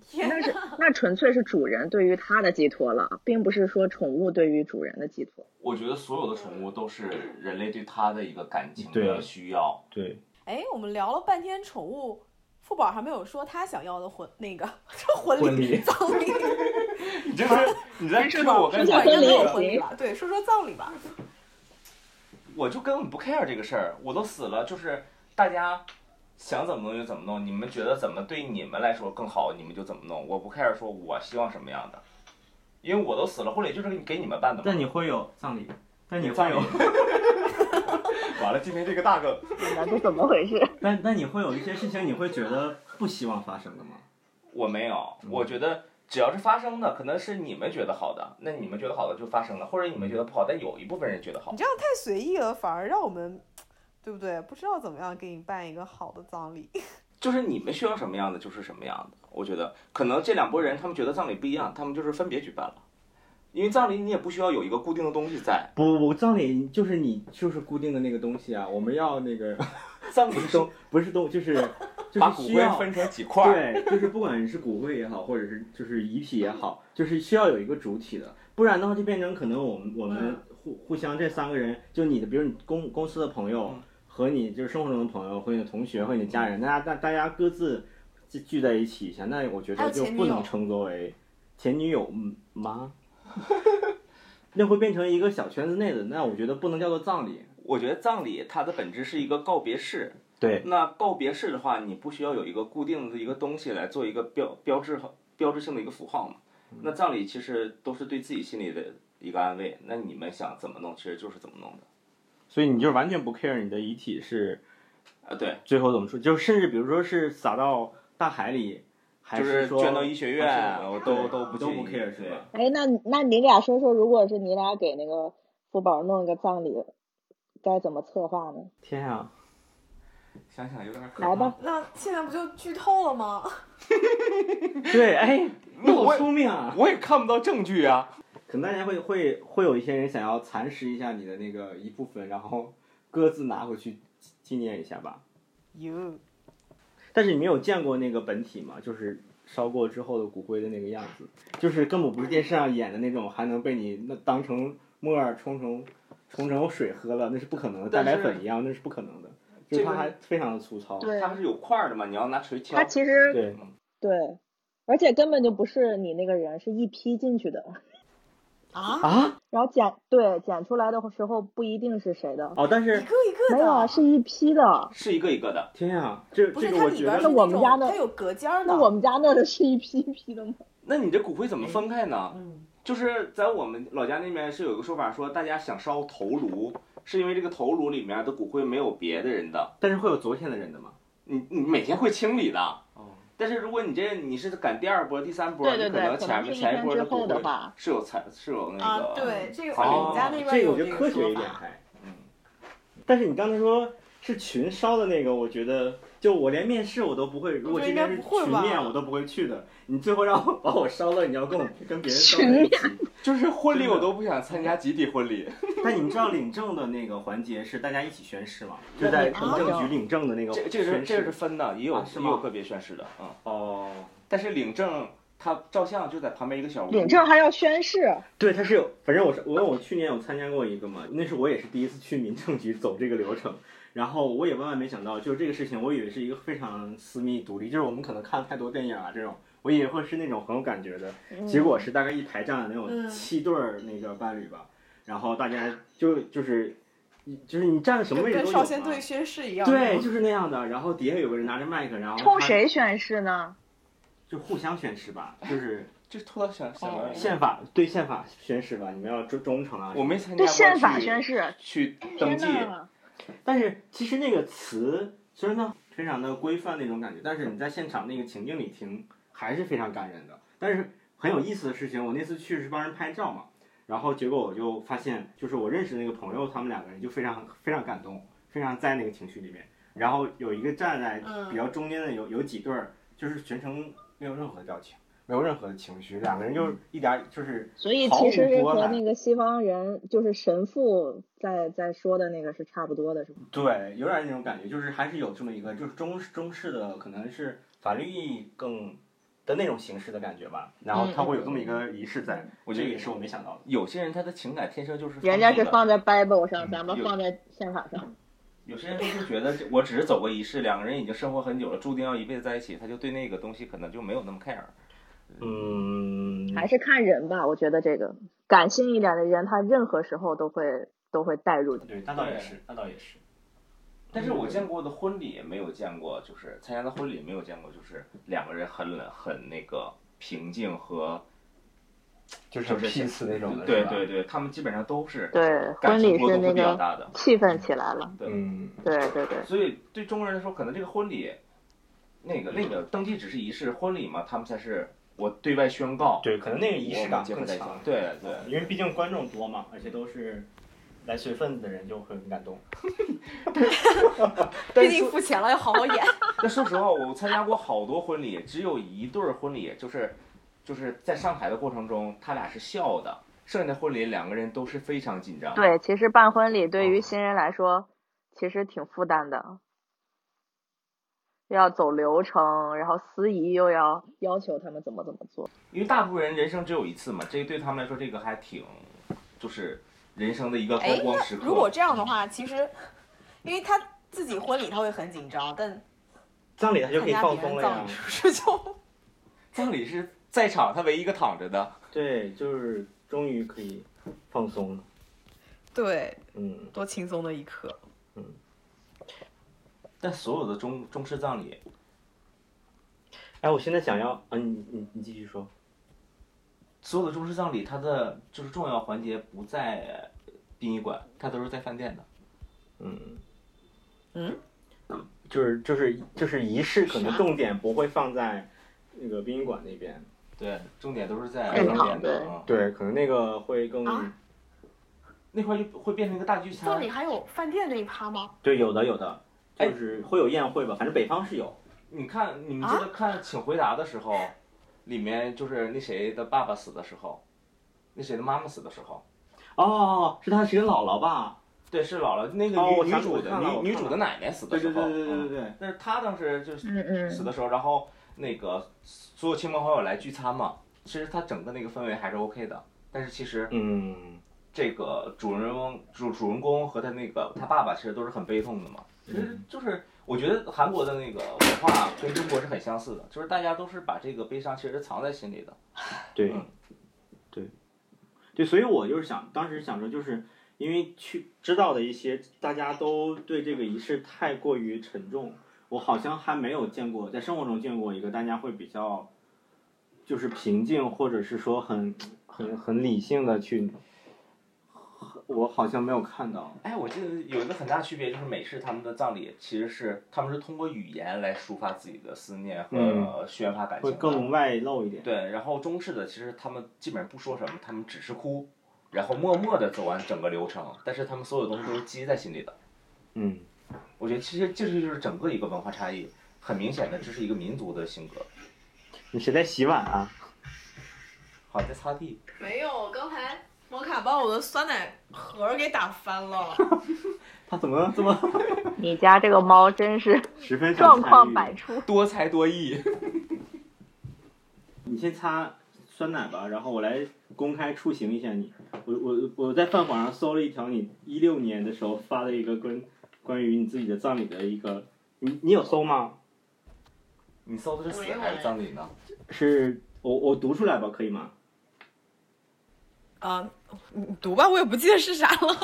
F: 天
B: 那
F: 哪
B: 是那纯粹是主人对于它的寄托了，并不是说宠物对于主人的寄托。
D: 我觉得所有的宠物都是人类对它的一个感情的
A: 对
D: 需要。
A: 对，
F: 哎，我们聊了半天宠物，付宝还没有说他想要的婚那个 *laughs* 这婚
A: 婚
F: 礼
A: 礼
F: 葬礼，
D: 你这是你在
B: 是
D: 说
B: 吧
D: 我跟
B: 是
F: 我
B: 吧
D: 才
F: 已经
B: 婚礼
F: 没
B: 也
F: 有婚礼
B: 行
F: 了，对，说说葬礼吧。
D: 我就根本不 care 这个事儿，我都死了，就是大家想怎么弄就怎么弄，你们觉得怎么对你们来说更好，你们就怎么弄，我不 care 说我希望什么样的，因为我都死了，婚礼就是给你们办的嘛。
A: 但你会有葬礼，但你
D: 葬
A: 会
D: 礼
A: 有，
D: 完了，今天这个大梗，
B: 那是怎么回事？
A: 但但你会有一些事情，你会觉得不希望发生的吗？
D: *laughs* 我没有，我觉得只要是发生的，可能是你们觉得好的，那你们觉得好的就发生了，或者你们觉得不好，但有一部分人觉得好
F: 你。这样太随意了，反而让我们，对不对？不知道怎么样给你办一个好的葬礼。
D: 就是你们需要什么样的就是什么样的。我觉得可能这两拨人他们觉得葬礼不一样，他们就是分别举办了，因为葬礼你也不需要有一个固定的东西在，
A: *laughs* 不不不，葬礼就是你就是固定的那个东西啊，我们要那个 *laughs*
D: 葬礼
A: 不是
D: 是
A: 东不是东，就是就
D: 把
A: 是
D: 骨
A: 需
D: 灰
A: 要
D: 分成几块儿，
A: 对，就是不管是骨灰也好，或者是就是遗体也
D: *laughs*
A: 好，就是需要有一个主体的，不然的话就变成可能我们我们
C: 嗯
A: 互互相这三个人，就你的，比如你公公司的朋友
D: 嗯
A: 和你就是生活中的朋友和你的同学和你的家人，大家大大家各自聚聚在一起一下，那我觉得
F: 还有
A: 就
F: 前女
A: 不
F: 友
A: 能称作为前女友嗯吗？ *laughs* 那会变成一个小圈子内的，那我觉得不能叫做葬礼。
D: 我觉得葬礼它的本质是一个告别式。
A: 对，
D: 那告别式的话，你不需要有一个固定的一个东西来做一个标标志和标志性的一个符号嘛？
A: 嗯
D: 那葬礼其实都是对自己心里的一个安慰。那你们想怎么弄，其实就是怎么弄的。
A: 所以你就完全不 care 你的遗体是
D: 啊，对，
A: 最后怎么说？就是甚至比如说是撒到大海里，还
D: 就是
A: 说
D: 捐到医学院，我都
A: 对
D: 都不
A: 都
D: 介
A: 不
D: 意
A: care 是
D: 对
A: 吧？
B: *laughs* 哎，那那你俩说说，如果是你俩给那个付宝弄一个葬礼，该怎么策划呢？
A: 天啊！
D: 想想有点可怕。
B: 来吧，
F: 那现在不就剧透了吗？
A: *laughs* 对，哎，你
D: 那我
A: 好聪明啊！
D: 我也看不到证据啊。
A: 可能大家会会会有一些人想要蚕食一下你的那个一部分，然后各自拿回去纪念一下吧。
F: 哟，
A: 但是你没有见过那个本体嘛，就是烧过之后的骨灰的那个样子，就是根本不是电视上演的那种，还能被你那当成沫儿冲成冲成水喝了，那是不可能的，蛋
D: 但是
A: 白粉一样，那是不可能的。就是它
D: 这个
A: 还非常的粗糙。
B: 对
D: 它还是有块儿的嘛，你要拿锤敲
B: 它。其实
A: 对
B: 对，而且根本就不是你那个人，是一批进去的。
F: 啊，
A: 啊
B: 然后捡对捡出来的时候不一定是谁的，
A: 哦，但
F: 一
A: 是
F: 个一个
B: 没有啊，
F: 的，
B: 是一批的。
D: 是一个一个的，
A: 天啊，这
F: 不
A: 这
F: 是
A: 个
F: 它
A: 我
F: 里
A: 觉
F: 边
A: 得
F: 是那
B: 我们
F: 种
B: 家的
F: 它有隔间儿的，嗯
B: 那我们家那个是一批一批的吗？
D: 那你这骨灰怎么分开呢？
C: 嗯，
D: 就是在我们老家那边是有一个说法，说大家想烧头颅，是因为这个头颅里面的骨灰没有别的人的，
A: 但是会有昨天的人的吗？
D: 你你每天会清理的。
A: 哦，
D: 但是如果你这你是赶第二波、第三波，
B: 对对
D: 你可
B: 对，
D: 能
B: 可能
D: 前
B: 是
D: 面
B: 一
D: 前
B: 天
D: 波
B: 之
D: 骨
B: 后的
D: 灰
B: 吧。
D: 是有残是有那个
F: 啊，对，这个
D: 残留
F: 我们家那边
A: 哦这个
F: 有
A: 我觉得
F: 这个
A: 科学
F: 说
A: 一点
F: 法，
A: 还。
D: 嗯，
A: 但是你刚才说是群烧的那个，我觉得就我连面试我都不会，如果
F: 我
A: 这
F: 觉得
A: 边
F: 应该
A: 是
F: 不会
A: 群
F: 吧
A: 面，我都不会去的。你最后让我把我烧了，你要跟我跟别人烧在一起。
D: 就是婚礼
A: 真的
D: 我都不想参加集体婚礼，
A: 但你们知道领证的那个环节是大家一起宣誓
F: *laughs*
A: 吗？就在民政局领证的那个
D: 这
A: 宣
D: 这
A: 誓。
D: 是这是分的，也有、
A: 啊是
D: 也
A: 吗
D: 有个别宣誓的，嗯，
A: 哦，
D: 但是领证他照相就在旁边一个小屋，
B: 领证还要宣誓，
A: 对，它是有，反正我是我我去年有参加过一个嘛，那是我也是第一次去民政局走这个流程，然后我也万万没想到，就是这个事情，我以为是一个非常私密独立，就是我们可能看太多电影啊这种，我以为会是那种很有感觉的，
B: 嗯
A: 结果是大概一排站的那种
F: 嗯
A: 七对儿那个伴侣吧，然后大家就就是就是你站什么
F: 跟
A: 位置
F: 跟
A: 都有
F: 少先
A: 嘛
F: 队宣誓一样，
A: 对，就是那样的，然后底下有个人拿着麦克，然后
B: 冲
A: 他
B: 谁宣誓呢？
A: 就互相宣誓吧，就是
D: 就拖到小小门
F: 哦
D: 里
A: 宪法对宪法宣誓吧，你们要忠忠诚啊。
D: 我没参加
B: 对
D: 过
B: 宪法
D: 去
B: 宣誓。
D: 去登
B: 天
D: 记，
B: 呐，
A: 但是其实那个词虽然它非常的规范那种感觉，但是你在现场那个情境里听还是非常感人的。但是很有意思的事情，我那次去是帮人拍照嘛，然后结果我就发现，就是我认识的那个朋友，他们两个人就非常非常感动，非常在那个情绪里面。然后有一个站在
F: 嗯
A: 比较中间的有有几对儿，就是全程没有任何表情，没有任何的情绪，两个人就是一点儿就是
B: 所以
A: 毫无
B: 其实
A: 波
B: 和
A: 澜
B: 那个西方人就是神父在在说的那个是差不多的，是吗？
A: 对，有点那种感觉，就是还是有这么一个，就是中中式的，可能是法律意义更的那种形式的感觉吧。然
F: 嗯
A: 后它会有这么一个仪式在，
D: 我觉
A: 这个
D: 得
A: 也是我没想到的。
D: 有些人他的情感天生就是
B: 人家
D: 放
B: 是
D: 纵的
B: 放在 Bible 上，
A: 嗯
B: 咱们
D: 有
B: 放在宪法上。
D: 有些人就是觉得这我只是走过一世，两个人已经生活很久了，注定要一辈子在一起，他就对那个东西可能就没有那么 care。
A: 嗯，
B: 还是看人吧，我觉得这个感性一点的人，他任何时候都会都会带入进去。
A: *laughs* 对，那倒也是，那倒也是。
D: 但是我见过的婚礼也没有见过，就是参加的婚礼没有见过，就是两个人很冷很那个平静和
A: 就是
D: 很
A: peace 那种
D: 对对对，他们基本上都是
B: 对，
D: 感
B: 婚
D: 情
B: 礼
D: 波
B: 是
D: 动会
B: 那
D: 比较
B: 个
D: 大的。
B: 气氛起来了。
D: 对
A: 嗯，
B: 对对对，
D: 所以对中国人来说，可能这个婚礼，那个那个登记只是仪式，婚礼嘛，他们才是我对外宣告。
A: 对，可能那个仪
D: 我
A: 式
D: 们
A: 感
D: 结
A: 更
D: 婚在一起
A: 强。
D: 对对，
A: 因为毕竟观众多嘛，而且都是来随份子的人，就会很感动。
D: 但
F: 毕
D: 是
F: 竟
D: 说
F: 付钱了，要好好演。
D: 但说实话，我参加过好多婚礼，只有一对儿婚礼，就是就是在上台的过程中，他俩是笑的，剩下的婚礼两个人都是非常紧张。，
B: 对，其实办婚礼
D: 哦
B: 对于新人来说，其实挺负担的，要走流程，然后司仪又要要求他们怎么怎么做。
D: 因为大部分人人生只有一次嘛，这对他们来说，这个还挺就是人生的一个高
F: 哎，
D: 光时刻。
F: 如果这样的话，其实因为他自己婚礼他会很紧张，但
A: 葬礼他就
F: 参
A: 可以
F: 加
A: 放
F: 别
A: 松
F: 人
A: 了
F: 葬
A: 呀
F: 礼。是不是就
D: 葬礼是在场他唯一一个躺着的，
A: 对，就是终于可以放松了。
F: 对
A: 嗯。
F: 多轻松的一刻？
D: 但所有的中中式葬礼，
A: 哎，我现在想要啊，你你你继续说。
D: 所有的中式葬礼，它的就是重要环节不在殡仪馆，它都是在饭店的。
A: 嗯。
F: 嗯。
A: 就是就是就是仪式，可能
F: 啥
A: 重点不会放在那个殡仪馆那边。
D: 对，重点都是在
B: 现
D: 饭
B: 场
D: 店
B: 对
D: 的。嗯
A: 对，可能那个会更、
F: 啊
D: 那块就会变成一个大聚餐。
F: 葬礼还有饭店那一趴吗？
A: 对，有的有的，
D: 哎
A: 就是会有宴会吧，反正北方是有。
D: 你看，你们记得看《请回答》的时候，里面就是那谁的爸爸死的时候，那谁的妈妈死的时候，
A: 哦，是他是跟姥姥吧？
D: 对，是姥姥那个
A: 哦
D: 女
A: 我
D: 女
A: 看
D: 主
A: 我
D: 的
A: 看了我
D: 女女
A: 看
D: 主
A: 了
D: 的奶奶死的
A: 对
D: 时
A: 对
D: 候，
A: 对对对对
D: 嗯
A: 对，
D: 但是她当时就是
E: 嗯
D: 死
E: 嗯，
D: 的时候，然后那个所有亲朋好友来聚餐嘛，其实他整个那个氛围还是 OK 的。但是其实
A: 嗯，
D: 这个主人翁主主人公和他那个他爸爸其实都是很悲痛的嘛。其实就是我觉得韩国的那个文化跟中国是很相似的，就是大家都是把这个悲伤其实藏在心里的。
A: 对
D: 嗯，
A: 对，对，所以我就是想，当时想着，就是因为去知道的一些，大家都对这个仪式太过于沉重，我好像还没有见过，在生活中见过一个大家会比较，就是平静，或者是说很很很理性的去，我好像没有看到。
D: 哎，我记得有一个很大区别就是美式他们的葬礼其实是他们是通过语言来抒发自己的思念和
A: 嗯
D: 宣发感情
A: 会
D: 的，
A: 更外露一点。
D: 对，然后中式的其实他们基本上不说什么，他们只是哭，然后默默的走完整个流程，但是他们所有东西都是积在心里的。
A: 嗯，
D: 我觉得其实这就是整个一个文化差异，很明显的，这是一个民族的性格。
A: 你谁在洗碗啊？ *laughs*
D: 好，在擦地。
F: 没有，刚才摩卡把我的酸奶盒给打翻了。
A: 他怎么这么
E: 你家这个猫真是
A: 十分想
E: 状况
A: 参与
E: 百出。
D: 多才多艺。
A: 你先擦酸奶吧，然后我来公开出行一下你。我我我在饭馆上搜了一条你一六年的时候发的一个关关于你自己的葬礼的一个，你你有搜吗？
D: 你搜的是死还是葬礼呢？
A: 是我我读出来吧，可以吗？
F: 啊，你读吧，我也不记得是啥了。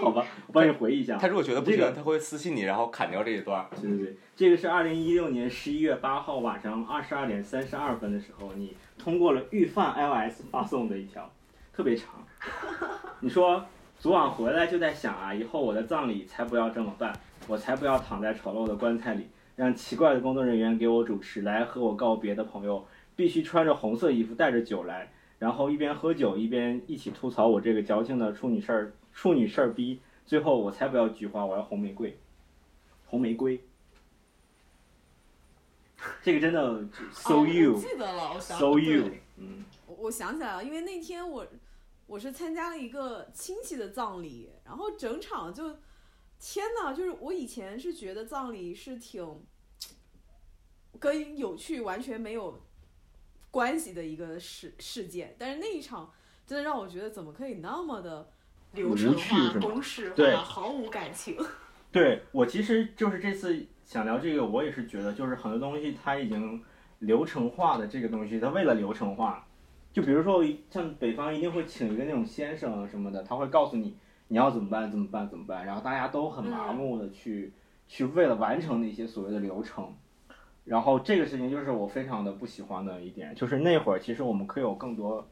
A: 好吧，我帮你回忆一下。
D: 如果觉得
A: 不行这个
D: 他会私信你，然后砍掉这一段。
A: 对对对，这个是二零一六年十一月八号晚上二十二点三十二分的时候，你通过了预饭 iOS 发送的一条，特别长。你说昨晚回来就在想啊，以后我的葬礼才不要这么办，我才不要躺在丑陋的棺材里，让奇怪的工作人员给我主持来和我告别的朋友必须穿着红色衣服带着酒来，然后一边喝酒一边一起吐槽我这个矫情的处女事儿处女事儿逼，最后我才不要菊花，我要红玫瑰，红玫瑰。这个真的 so
F: 我
A: you
F: 记得了，我想
A: so
F: 对
A: you，嗯，Mm.
F: 我我想起来了，因为那天我我是参加了一个亲戚的葬礼，然后整场就天呐，就是我以前是觉得葬礼是挺跟有趣完全没有关系的一个事事件，但是那一场真的让我觉得怎么可以那么的流程
A: 无趣是
F: 化、
A: 吗
F: 公式
A: 对
F: 化、毫无感情。
A: 对我其实就是这次想聊这个，我也是觉得就是很多东西它已经流程化的这个东西，它为了流程化，就比如说像北方一定会请一个那种先生啊什么的，他会告诉你你要怎么办怎么办怎么办，然后大家都很麻木的去、去为了完成那些所谓的流程。然后这个事情就是我非常的不喜欢的一点，就是那会儿其实我们可以有更多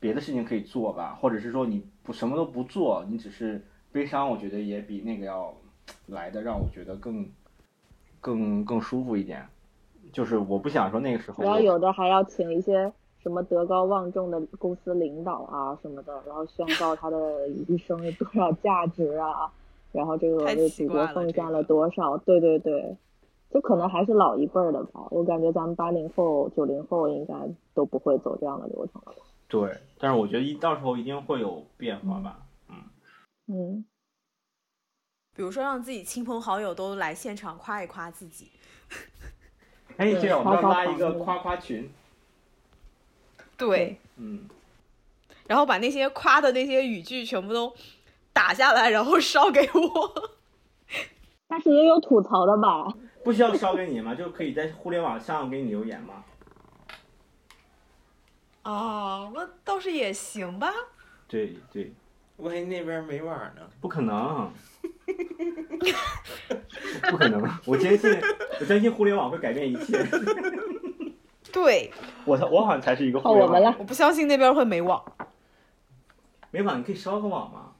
A: 别的事情可以做吧，或者是说你不什么都不做，你只是悲伤，我觉得也比那个要来的让我觉得更更更舒服一点。就是我不想说那个时候
E: 然
A: 我
E: 后有的还要请一些什么德高望重的公司领导啊什么的，然后宣告他的一生有多少价值啊，然后这个
F: 太
E: 为
F: 奇
E: 祖国
F: 怪了
E: 奉
F: 这
E: 献
F: 个
E: 了多少，对对对，就可能还是老一辈儿的吧，我感觉咱们八零后、九零后应该都不会走这样的流程了吧，
A: 对，但是我觉得一到时候一定会有变化吧。
E: 嗯，
F: 比如说让自己亲朋好友都来现场夸一夸自己，
A: 哎，这样我们要
E: 夸夸
A: 拉一个
E: 团队
A: 夸夸群，
F: 对，
A: 嗯，
F: 然后把那些夸的那些语句全部都打下来，然后烧给我。
E: 但是也有吐槽的吧，
A: 不需要烧给你嘛，就可以在互联网上给你留言嘛。
F: 哦，那倒是也行吧。
A: 对对，
G: 万一那边没网呢？
A: 不可能，不可能！我坚信，我相信互联网会改变一切。
F: 对，
A: 我才我好像才是一个
E: 到
A: 互
E: 我
A: 联
E: 们
A: 网。
E: 了，
F: 我不相信那边会没网。
A: 没网，你可以烧个网嘛。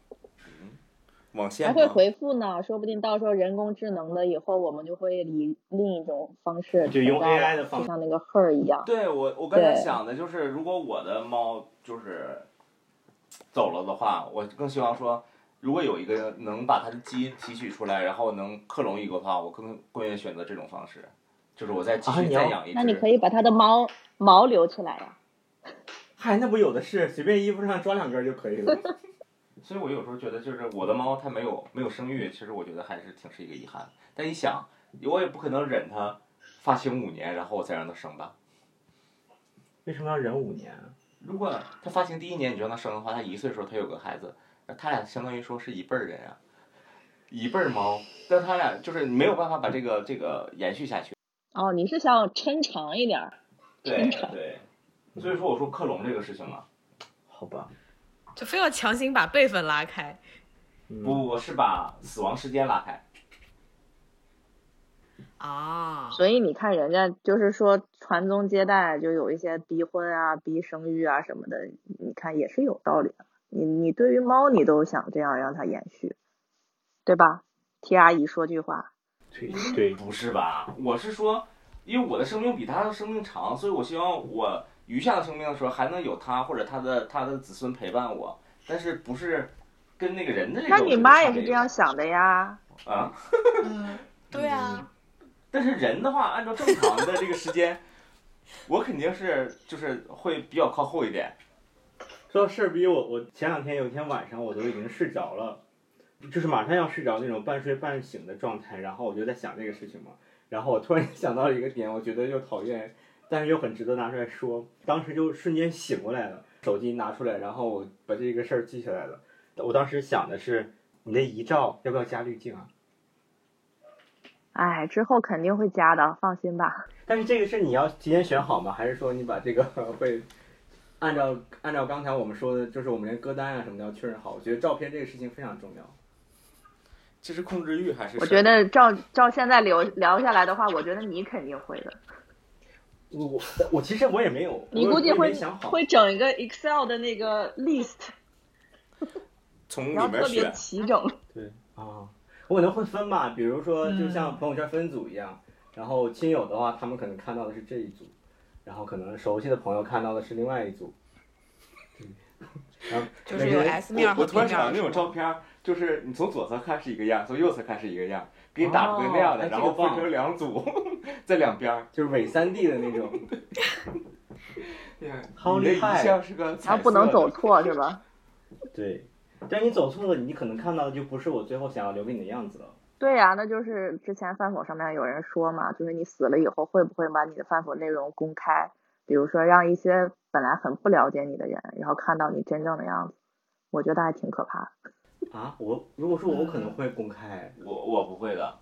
G: 网线
E: 还
G: 吗
E: 会回复呢，说不定到时候人工智能的以后我们就会以另一种方式
A: 就用
E: 存在
A: AI 的
E: 了
A: 方
E: 就像那个 her 一样，
D: 对我，我刚才
E: 对
D: 想的就是，如果我的猫就是走了的话，我更希望说，如果有一个能把它的基因提取出来，然后能克隆一个的话，我更更愿意选择这种方式，就是我再继
A: 啊
D: 续
A: 你要
D: 再养一只。
E: 那你可以把它的毛毛留起来呀、
A: 嗨，那不有的是，随便衣服上抓两根就可以了。 *laughs*
D: 所以我有时候觉得，就是我的猫它没有没有生育，其实我觉得还是挺是一个遗憾。但你想，我也不可能忍它发情五年，然后我再让它生吧。
A: 为什么要忍五年？
D: 如果它发情第一年你就让它生的话，它一岁的时候它有个孩子，那它俩相当于说是一辈儿人啊，一辈儿猫。但它俩就是没有办法把这个这个延续下去。
B: 哦，你是想抻长一点儿？
D: 对对，所以说我说克隆这个事情啊嘛，
A: 好吧，
F: 就非要强行把辈分拉开。
A: 嗯、
D: 不不不是把死亡时间拉开。
F: 啊，
B: 所以你看人家就是说传宗接代，就有一些逼婚啊、逼生育啊什么的，你看也是有道理的。你你对于猫，你都想这样让它延续，对吧？替阿姨说句话，
A: 对对，
D: 不是吧？我是说，因为我的生命比他的生命长，所以我希望我余下的生命的时候还能有他或者他的他的子孙陪伴我，但是不是跟那个人的这个
B: 那
D: 我
B: 你
D: 觉得
B: 妈
D: 差
B: 也
D: 别
B: 是这样想的呀。
D: 啊？
H: 嗯，
F: 对啊，
D: 但是人的话，按照正常的这个时间，我肯定是就是会比较靠后一点。
A: 说到事儿逼我，我前两天有一天晚上我都已经睡着了，就是马上要睡着那种半睡半醒的状态，然后我就在想这个事情嘛，然后我突然想到了一个点，我觉得又讨厌，但是又很值得拿出来说，当时就瞬间醒过来了，手机拿出来，然后我把这个事儿记下来了。我当时想的是，你的遗照要不要加滤镜啊？
B: 哎，之后肯定会加的，放心吧。
A: 但是这个是你要提前选好吗？还是说你把这个 *laughs* 会按照按照刚才我们说的，就是我们连歌单啊什么的要确认好？我觉得照片这个事情非常重要。
I: 这是控制欲还是？
B: 我觉得照照现在聊聊下来的话，我觉得你肯定会的。
A: 我我我其实我也没有，
B: 你
A: 我
B: 估计
A: 我也
B: 会
A: 没想好。
B: 会整一个 Excel 的那个 list，
I: 从
B: 然
I: 里
B: 后
I: 面
B: 特别
I: 选。
B: 齐整。
A: 啊，我可能会分吧，比如说就像
H: 嗯
A: 朋友圈分组一样，然后亲友的话，他们可能看到的是这一组，然后可能熟悉的朋友看到的是另外一组。对，然后
F: 就是
A: 每
F: 有
A: 个人
F: S *laughs* 面
D: 我
F: 和
D: 我
F: B
D: 突然
F: 面
D: 想到那种
F: 是吧
D: 照片儿，就是你从左侧看是一个样，从右侧看是一个样，给你打出个那样
A: 哦
D: 的，
A: 哎
D: 然
A: 这
D: 后
A: 个
D: 分
A: 棒
D: 成两组， *laughs* 在两边儿。
A: 就是伪三 D 的那 *laughs* 种。好
D: 你的
A: 厉害
D: 遗像是个彩
B: 然后不能
D: 色的
B: 走错是吧？
A: 对，但你走错了，你可能看到的就不是我最后想要留给你的样子了。
B: 对呀、那就是之前饭否上面有人说嘛，就是你死了以后会不会把你的饭否内容公开，比如说让一些本来很不了解你的人，然后看到你真正的样子，我觉得还挺可怕的。
A: 啊，我如果说我可能会公开，
D: 我我不会的，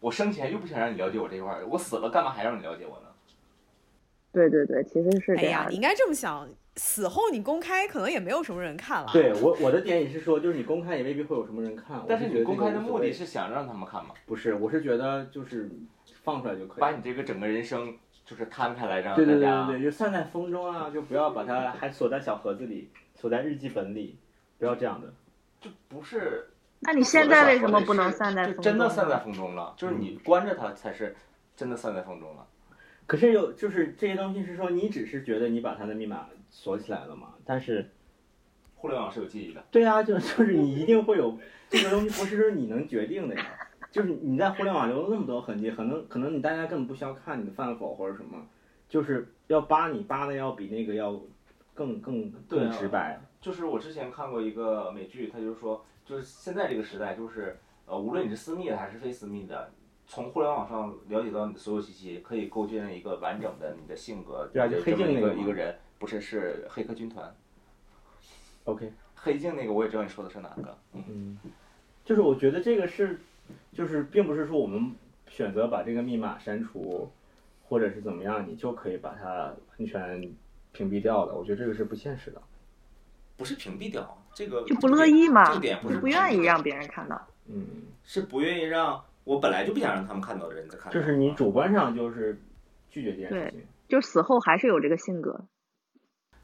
D: 我生前就不想让你了解我这一块儿，我死了干嘛还让你了解我呢？
B: 对对对，其实是
F: 哎
B: 这
F: 呀
B: 样，的。
F: 你应该这么想，死后你公开可能也没有什么人看
D: 啊
F: 了。
A: 对我我的点也是说，就是你公开也未必会有什么人看。
D: 但是
A: 我觉
D: 你
A: 得
D: 公
A: 这个
D: 开的
A: 无所
D: 目的
A: 谓
D: 是想让他们看吗？
A: 不是？我是觉得就是放出来就可以
D: 把
A: 了。
D: 你这个整个人生就是摊开来让大
A: 对
D: 家。
A: 对对对对，就散在风中啊，就不要把它还锁在小盒子里，锁在日记本里，不要这样的。
D: 就不是
B: 那你现在为什么不能散在风中？
D: 就真的散在。风中了，就是你关着它才是真的散在风中了。
A: 可是有就是这些东西是说你只是觉得你把它的密码锁起来了嘛，但是
D: 互联网是有记忆的，
A: 对啊，就就是你一定会有这个东西，不是说你能决定的呀。就是你在互联网留了那么多痕迹，可能可能你大家根本不需要看你的饭否或者什么，就是要扒你扒的要比那个要更更
D: 对
A: 更
D: 啊
A: 直白。
D: 就是我之前看过一个美剧，它就是说，就是现在这个时代，就是呃，无论你是私密的还是非私密的，从互联网上了解到你的所有信息，可以构建一个完整的你的性格。
A: 对啊
D: 你的
A: 就黑
D: 这么
A: 镜
D: 一
A: 那
D: 个
A: 个嘛
D: 一个人，不是是黑客军团。
A: OK，
D: 黑镜那个我也知道你说的是哪个，
A: 嗯，就是我觉得这个是，就是并不是说我们选择把这个密码删除，或者是怎么样，你就可以把它完全屏蔽掉的。我觉得这个是不现实的。
I: 不是屏蔽掉这个，
B: 就不乐意嘛，
I: 这个点不
B: 就是不愿意让别人看到。
A: 嗯，
I: 是不愿意让我本来就不想让他们看到的人再看到。
A: 就是你主观上就是拒绝这件事情。
B: 就死后还是有这个性格，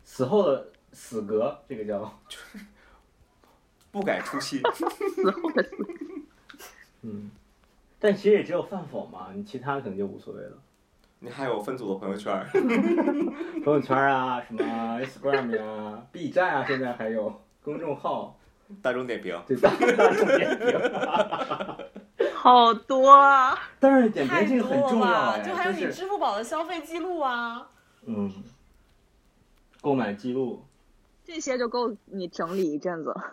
A: 死后的死格，这个叫
I: 不改初
D: *laughs*
I: 心，
B: 死后的死。
A: 嗯，但其实也只有饭否嘛，你其他可能就无所谓了。
I: 你还有分组的朋友圈
D: *laughs*
I: 儿，
A: 朋友圈啊，什么 Instagram 呀、B 站啊，现在还有公众号，
I: 大众点评。
A: 对，大大众点评。
B: 好多啊！
A: 但是点
F: 太
A: 评这个很
F: 多
A: 重要
F: 了，
A: 哎，
F: 就还有你
A: 是
F: 支付宝的消费记录啊。
A: 嗯，购买记录，
B: 这些就够你整理一阵子了。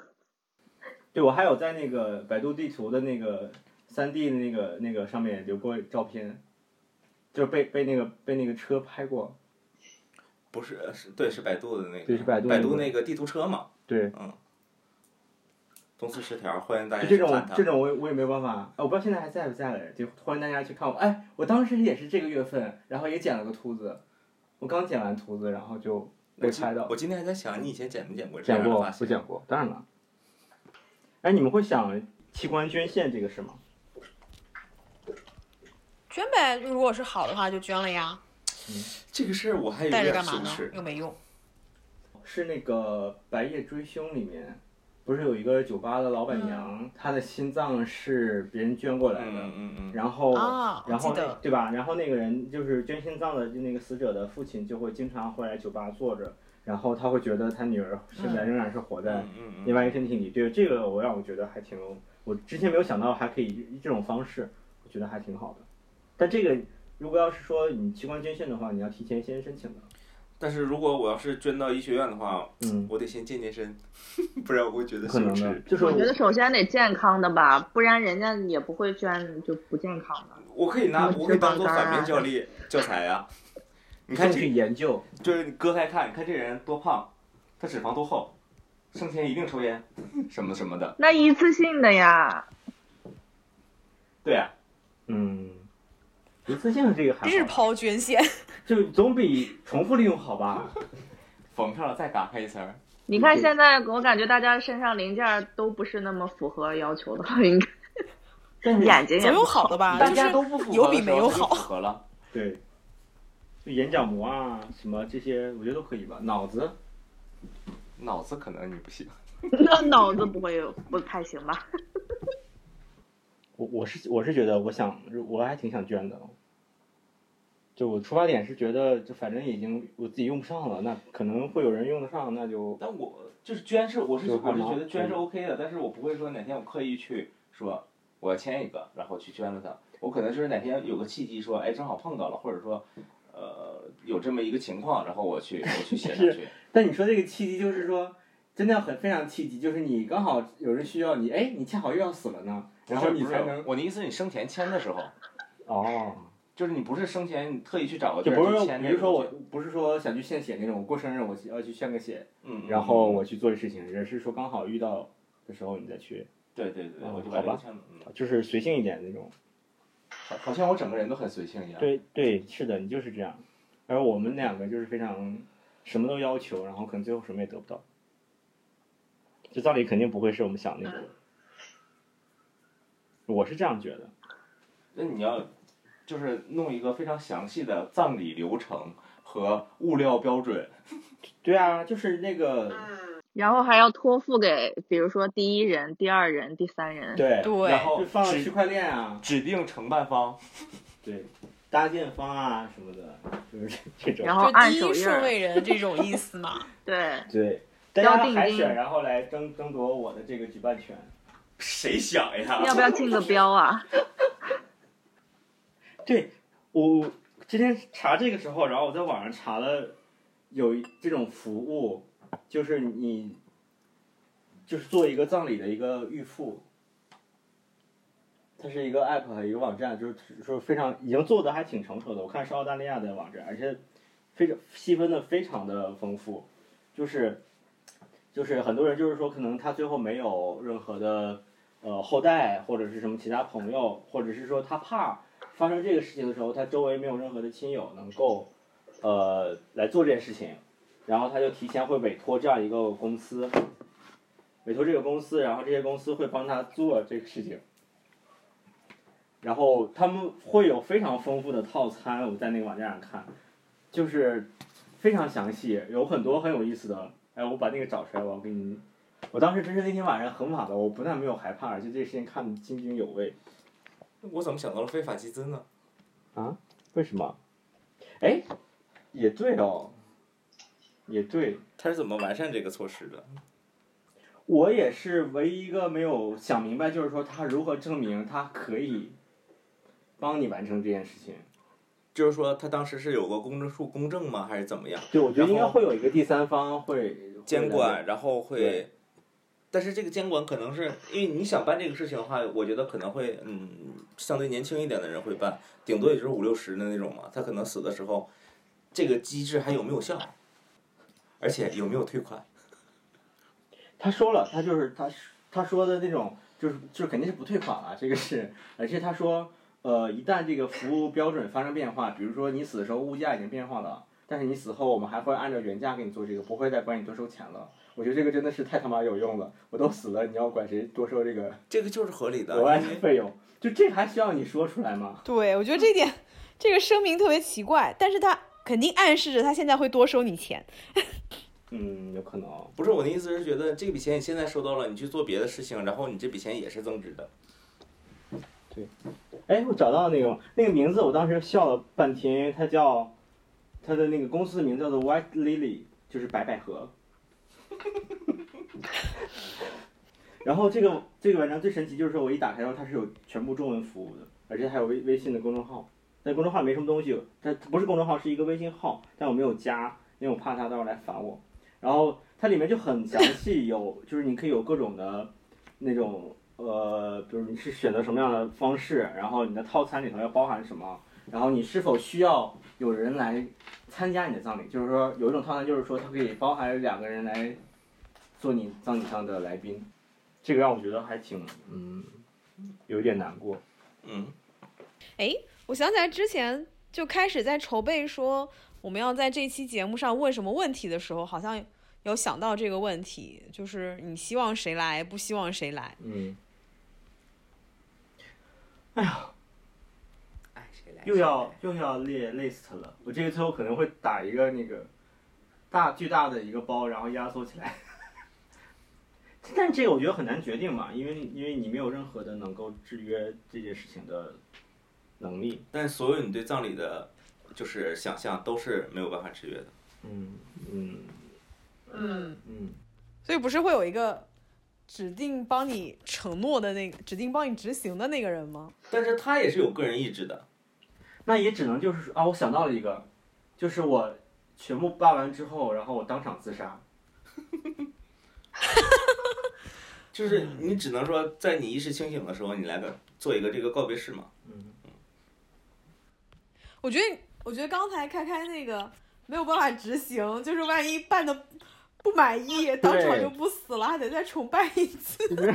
A: 对我还有在那个百度地图的那个三 D 的那个那个上面留过照片，就是被被那个被那个车拍过，
D: 不是，呃是对，是百度的那个，
A: 对是百度那
D: 百
A: 个
D: 度那个地图车嘛，
A: 对，
D: 东四十条，欢迎大家
A: 就
D: 去
A: 这种
D: 看它
A: 这。种我也我也没有办法，啊，我不知道现在还在不在了，就欢迎大家去看我，哎，我当时也是这个月份，然后也剪了个秃子，我刚剪完秃子，然后就被
D: 我今
A: 拍到，
D: 我今天还在想，你以前剪没剪过这
A: 剪
D: 样的
A: 过
D: 发，
A: 我
D: 型？
A: 剪过，当然了。哎，你们会想器官捐献这个事吗？
F: 捐呗，如果是好的话就捐了呀，
D: 这个事儿我还有
F: 带着
D: 点
F: 干嘛
D: 羞
F: 呢
D: 耻？。嗯
F: 又没用。
A: 是那个《白夜追凶》里面，不是有一个酒吧的老板娘，她的心脏是别人捐过来的，
D: 嗯嗯嗯
A: *laughs*
D: 嗯，
A: 然后、
F: 啊
A: 然后
F: 我记得
A: 那对吧？然后那个人就是捐心脏的那个死者的父亲，就会经常会来酒吧坐着，然后他会觉得他女儿现在仍然是活在
D: 嗯嗯嗯，
A: 另外一个身体里。对这个，我让我觉得还挺，我之前没有想到还可以这种方式，我觉得还挺好的。但这个如果要是说你器官捐献的话，你要提前先申请的。
D: 但是如果我要是捐到医学院的话，
A: 嗯，
D: 我得先健健身， *laughs* 不然我会觉得
A: 可
D: 羞
A: 能的，
D: 耻。
A: 就是
B: 我觉得首先得健康的吧，不然人家也不会捐就不健康的。
D: 我可以拿，
B: 嗯
D: 我可以当做
B: 脂肪肝啊
D: 反面教例教材呀、你
A: 你
D: 看
A: 去
D: 这，
A: 研究，
D: 就是你割开看，你看这人多胖，他脂肪多厚，生前一定抽烟，什么什么的。
B: 那一次性的呀，
D: 对啊呀、
A: 嗯，一次性这个还
F: 日
A: 好，
F: 抛捐献，
A: 就总比重复利用好吧？
D: 缝上了再嘎开一层儿。
B: 你看现在我感觉大家身上零件儿都不是那么符合要求的， *laughs* 应该
A: 但是
B: 眼睛也
F: 总有
B: 不
F: 好的 *laughs* 吧？
D: 大
F: 啊就
D: 家
F: 是
D: 都不符合的时
F: 有
D: 候，
F: 比没有
D: 它就
F: 好 *laughs*
D: 符合了。
A: 对，就眼角膜啊什么这些，我觉得都可以吧。脑子，
D: 脑子可能你不行，
B: 那脑子不 *laughs* 会有不太行吧？
A: 我我是我是觉得，我想我还挺想捐的。就我出发点是觉得，就反正已经我自己用不上了，那可能会有人用得上，那就
D: 但我就是捐是，我是
A: 就嗯
D: 我
A: 换
D: 是
A: 毛
D: 觉得捐是 OK 的，但是我不会说哪天我刻意去说我要签一个，然后去捐了它。我可能就是哪天有个契机说，哎，正好碰到了，或者说，呃，有这么一个情况，然后我去我去写上
A: *laughs*
D: 去。
A: 但你说这个契机，就是说真的很非常契机，就是你刚好有人需要你，哎，你恰好又要死了呢，然后你
D: 不是
A: 才能
D: 我的意思是你生前签的时候，
A: 哦，
D: 就是你不是生前你特意去找个地
A: 就
D: 儿
A: 不是说
D: 去签
A: 比
D: 这
A: 如
D: 个
A: 说
D: 东
A: 我
D: 西，
A: 不是说想去献血那种，我过生日我去要去献个血，
D: 嗯，嗯
A: 然后我去做这事情，也是说刚好遇到的时候你再去，
D: 对对对，
A: 嗯
D: 我就把
A: 好
D: 这个
A: 吧
D: 签了。嗯，
A: 就是随性一点那种。
D: 好好像我整个人都很随性一样。，
A: 对对，是的，你就是这样。而我们两个就是非常什么都要求，然后可能最后什么也得不到。这道理肯定不会是我们想的那种。我是这样觉得，
D: 那你要就是弄一个非常详细的葬礼流程和物料标准。
A: 对啊，就是那个
B: 然后还要托付给，比如说第一人、第二人、第三人。
A: 对，
F: 对
A: 然后
D: 就
A: 放
D: 只
A: 区块链啊，
D: 指定承办方，
A: 对，搭建方啊什么的，就是这种。
B: 然后
F: 就
B: 按
F: 第
B: 手
F: 一
B: 印
F: 顺
B: 儿，
F: 位人这种意思 *laughs* 嘛。
B: 对，
A: 对，大家
B: 交定
A: 海
B: 金
A: 选，然后来争争夺我的这个举办权。
D: 谁想呀？
B: 要不要竞个标啊？
A: 对，我今天查这个时候，然后我在网上查了有一这种服务，就是你就是做一个葬礼的一个预付，它是一个 app 和一个网站，就是说非常已经做的还挺成熟的。我看是澳大利亚的网站，而且非常细分的非常的丰富，就是就是很多人就是说可能他最后没有任何的。呃，后代或者是什么其他朋友，或者是说他怕发生这个事情的时候，他周围没有任何的亲友能够，呃，来做这件事情，然后他就提前会委托这样一个公司，委托这个公司，然后这些公司会帮他做这个事情，然后他们会有非常丰富的套餐，我在那个网站上看，就是非常详细，有很多很有意思的，哎，我把那个找出来，我要给你。我当时真是那天晚上很晚了，我不但没有害怕，而且这个事情看得津津有味。
D: 我怎么想到了非法集资呢？
A: 为什么？哎，也对哦，也对，
D: 他是怎么完善这个措施的？
A: 我也是唯一一个没有想明白，就是说他如何证明他可以帮你完成这件事情。
D: 就是说，他当时是有个公证处公证吗？还是怎么样？
A: 对，我觉得应该
D: 然后
A: 会有一个第三方会
D: 监管，，然后会但是这个监管可能是因为你想办这个事情的话，我觉得可能会，嗯，相对年轻一点的人会办，顶多也就是五六十的那种嘛。他可能死的时候，这个机制还有没有效，而且有没有退款？
A: 他说了，他就是他他说的那种，就是就是肯定是不退款了，这个是，而且他说，呃，一旦这个服务标准发生变化，比如说你死的时候物价已经变化了，但是你死后我们还会按照原价给你做这个，不会再管你多收钱了。我觉得这个真的是太他妈有用了，我都死了，你要管谁多收这个
D: 这个就是合理的，
A: 额外的
D: 因为
A: 费用？就这还需要你说出来吗？
F: 对，我觉得这点这个声明特别奇怪，但是他肯定暗示着他现在会多收你钱。
A: 嗯，有可能。
D: 不是我的意思是觉得这笔钱你现在收到了，你去做别的事情，然后你这笔钱也是增值的。
A: 哎，我找到那个那个名字，我当时笑了半天，因为它叫它的那个公司的名字叫做 White Lily，就是白百合。 *laughs* 然后这个这个文章最神奇就是说，我一打开，然后它是有全部中文服务的，而且还有微微信的公众号。但公众号没什么东西，它它不是公众号，是一个微信号，但我没有加，因为我怕它到时候来烦我。然后它里面就很详细，有就是你可以有各种的那种呃，比如你是选择什么样的方式，然后你的套餐里头要包含什么，然后你是否需要有人来参加你的葬礼，就是说有一种套餐就是说它可以包含两个人来做你葬礼上的来宾，这个让我觉得还挺嗯，有一点难过。
D: 嗯，
F: 哎，我想起来之前就开始在筹备说我们要在这期节目上问什么问题的时候，好像有想到这个问题，就是你希望谁来，不希望谁来。
A: 嗯，
J: 哎，谁来？
A: 又要又要列 list 了，我这个最后可能会打一个那个大巨大的一个包，然后压缩起来。 *laughs* 但这个我觉得很难决定嘛，因为因为你没有任何的能够制约这件事情的能力。
D: 但所有你对葬礼的，就是想象都是没有办法制约的。
A: 嗯嗯
K: 嗯，
A: 嗯，
F: 所以不是会有一个指定帮你承诺的那个，指定帮你执行的那个人吗？
D: 但是他也是有个人意志的。
A: 那也只能就是说啊，我想到了一个，就是我全部办完之后，然后我当场自杀。
D: 就是你只能说，在你意识清醒的时候，你来个做一个这个告别式嘛。
A: 嗯，
F: 我觉得，我觉得刚才开开那个没有办法执行，就是万一办的不满意，当场就不死了，还得再重办一次。 *laughs*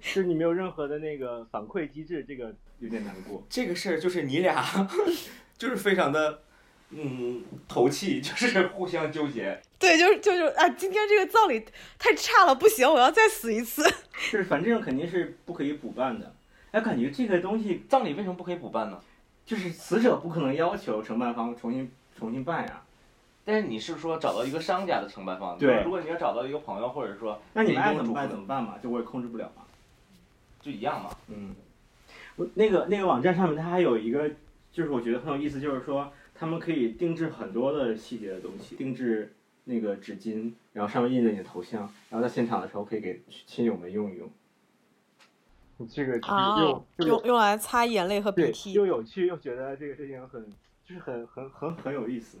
A: 就是你没有任何的那个反馈机制，这个有点难过。
D: 这个事儿就是你俩， *laughs* 就是非常的，嗯，投契，就是互相纠结。
F: 对，就是就是啊，今天这个葬礼太差了，不行，我要再死一次。
A: 就是反正肯定是不可以补办的。哎，感觉这个东西
D: 葬礼为什么不可以补办呢？
A: 就是死者不可能要求承办方重新重新办呀。
D: 但是你是说找到一个商家的承办方？
A: 对
D: 如果你要找到一个朋友，或者说
A: 那你们爱
D: 民
A: 怎么
D: 工
A: 办
D: 主妇
A: 怎么办嘛，就我也控制不了嘛。
D: 就一样嘛。
A: 嗯，我那个那个网站上面它还有一个，就是我觉得很有意思，就是说他们可以定制很多的细节的东西，定制那个纸巾，然后上面印着你的头像，然后在现场的时候可以给亲友们用一用。这个
F: *laughs* 啊，用用来擦眼泪和鼻涕。
A: 有趣又觉得这个事情很就是很很很很有意思，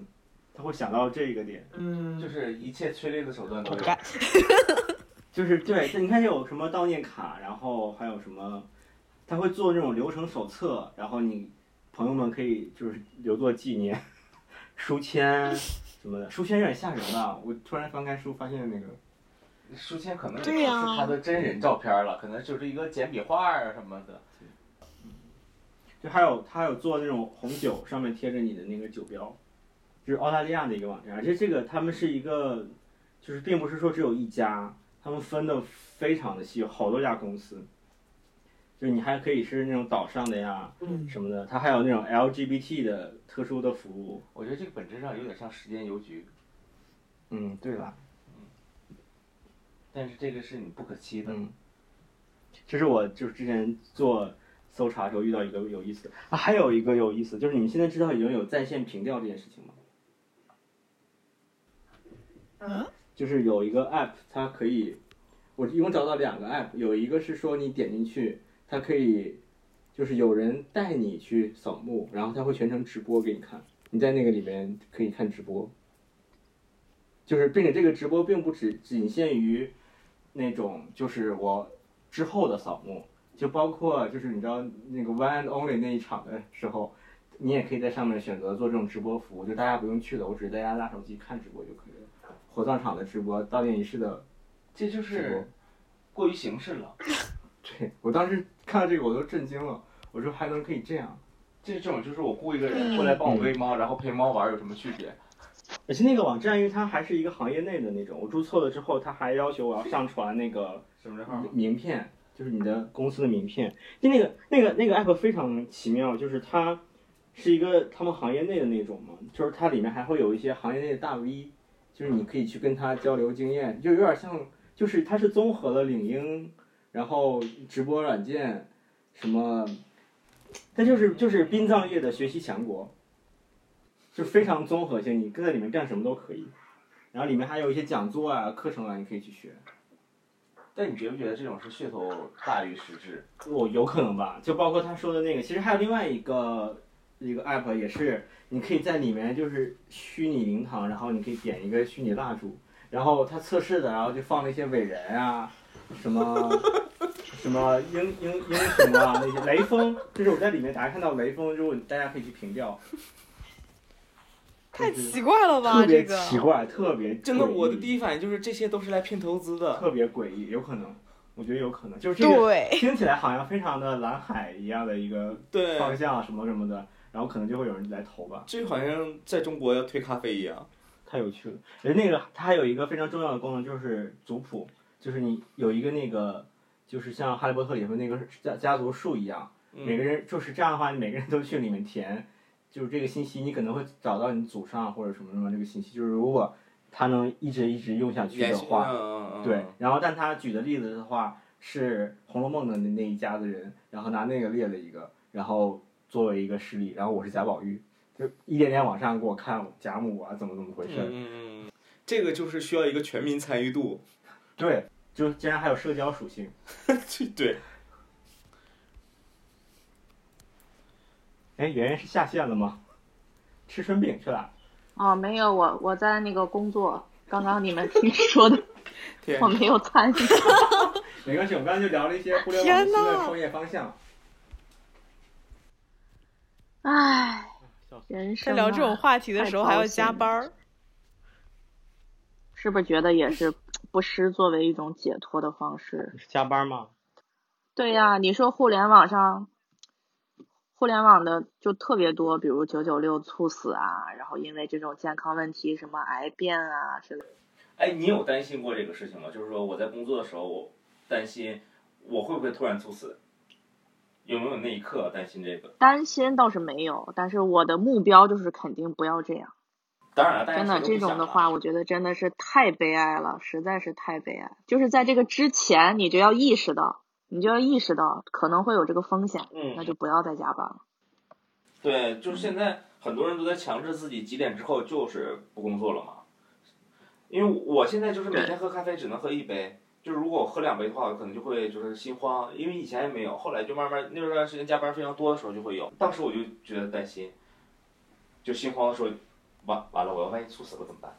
A: 他会想到这个点。
J: 嗯，
D: 就是一切催泪的手段都
F: 活
D: 有。
F: 该。
A: 就是对，对你看有什么悼念卡，然后还有什么，他会做那种流程手册，然后你朋友们可以就是留作纪念， *laughs* 书签什么的。书签有点吓人吧？我突然翻开书，发现那个
D: 书签可能
J: 对呀
D: 是他的真人照片了，可能就是一个简笔画啊什么的。
A: 就还有他有做那种红酒，上面贴着你的那个酒标，就是澳大利亚的一个网站，而且这个他们是一个，就是并不是说只有一家，他们分的非常的细，有好多家公司，就是你还可以是那种岛上的呀，
J: 嗯
A: 什么的，它还有那种 LGBT 的特殊的服务。
D: 我觉得这个本质上有点像时间邮局，
A: 嗯，对了，
D: 但是这个是你不可期的。
A: 嗯，这是我就是之前做搜查的时候遇到一个有意思的啊，还有一个有意思就是你们现在知道已经有在线凭吊这件事情吗？
K: 嗯，
A: 就是有一个 app，它可以，我一共找到两个 app，有一个是说你点进去，它可以，就是有人带你去扫墓，然后它会全程直播给你看，你在那个里面可以看直播，就是并且这个直播并不只仅限于那种就是我之后的扫墓，就包括就是你知道那个 One and Only 那一场的时候，你也可以在上面选择做这种直播服务，就大家不用去了，我只是在家拿手机看直播就可以了。火葬场的直播、悼念仪式的
D: 这就
A: 直播
D: 是，过于形式了。
A: 对我当时看到这个我都震惊了，我说还能可以这样。
D: 这这种就是我雇一个
L: 嗯
D: 人过来帮我喂猫，然后陪猫玩有什么区别？
A: 而且那个网站，因为它还是一个行业内的那种，我注册了之后，它还要求我要上传那个
D: 身份证号码
A: 名片，就是你的公司的名片。就那个那个那个 app 非常奇妙，就是它是一个他们行业内的那种嘛，就是它里面还会有一些行业内的大 V，就是你可以去跟他交流经验，就有点像，就是它是综合了领英，然后直播软件什么，它就是就是殡葬业的学习强国，就非常综合性，你跟在里面干什么都可以。然后里面还有一些讲座啊、课程啊，你可以去学。
D: 但你觉不觉得这种是噱头大于实质？
A: 我有可能吧，就包括他说的那个，其实还有另外一个一个 app 也是，你可以在里面就是虚拟灵堂，然后你可以点一个虚拟蜡烛，然后它测试的，然后就放了一些伟人啊，
L: *laughs*
A: 什么什么英英英雄啊那些雷锋，就是我在里面大家看到雷锋，如果大家可以去评调，
F: 太
A: 就是
F: 奇怪了吧？
A: 特
F: 这
A: 别
F: 个
A: 奇怪，特别
L: *laughs* 真的，
A: 诡异
L: 我的第一反应就是这些都是来骗投资的。
A: 特别诡异，有可能，我觉得有可能，就是这个
M: 对，
A: 听起来好像非常的蓝海一样的一个
L: 对，
A: 方向什么什么的，然后可能就会有人来投吧。
L: 这好像在中国要推咖啡一样。
A: 太有趣了，人那个它还有一个非常重要的功能就是族谱，就是你有一个那个，就是像《哈利波特》里头那个家家族树一样，每个
L: 嗯，
A: 人就是这样的话，你每个人都去里面填，就是这个信息你可能会找到你祖上或者什么什么这个信息，就是如果它能一直一直用下去的
L: 延续
A: 话，
L: 嗯嗯嗯，
A: 对，然后但他举的例子的话是《红楼梦》的那那一家子人，然后拿那个列了一个，然后作为一个事例，然后我是贾宝玉，就一点点往上给我看贾母啊怎么怎么回
L: 嗯
A: 事，
L: 嗯嗯，这个就是需要一个全民参与
D: *laughs*
L: 度。
A: 对，就竟然还有社交属性，
L: 对对，
A: 哎，圆圆是下线了吗？吃春饼去了，
B: 哦，没有，我我在那个工作，刚刚你们听说的
L: 天，
B: 我没有参与。
A: 没关系，我们刚才就聊了一些互联网的
F: 天
A: 新
F: 呐
A: 的创业方向。
B: 唉，
A: 啊笑死
B: 人
F: 在
B: 生、啊、
F: 聊这种话题的时候还要加班儿，
B: 是不是觉得也
D: 嗯
B: 是不失作为一种解脱的方式？
A: 是加班吗？
B: 对呀、你说互联网上，互联网的就特别多，比如九九六猝死啊，然后因为这种健康问题，什么癌变啊之类的。
D: 哎，你有担心过这个事情吗？就是说我在工作的时候，我担心我会不会突然猝死，有没有那一刻担心这个？
B: 担心倒是没有，但是我的目标就是肯定不要这样。
D: 当然了，大家
B: 真的，
D: 谁都不
B: 这种
D: 想
B: 的
D: 啊
B: 话，我觉得真的是太悲哀了，实在是太悲哀。就是在这个之前，你就要意识到，你就要意识到可能会有这个风险，
D: 嗯
B: 那就不要再加班了。
D: 对，就是现在很多人都在强制自己几点之后就是不工作了嘛。因为我现在就是每天喝咖啡只能喝一杯，就是如果我喝两杯的话，我可能就会就是心慌，因为以前也没有，后来就慢慢那段时间加班非常多的时候就会有，当时我就觉得担心，就心慌的时候，完完了，我要万一猝死了怎么办？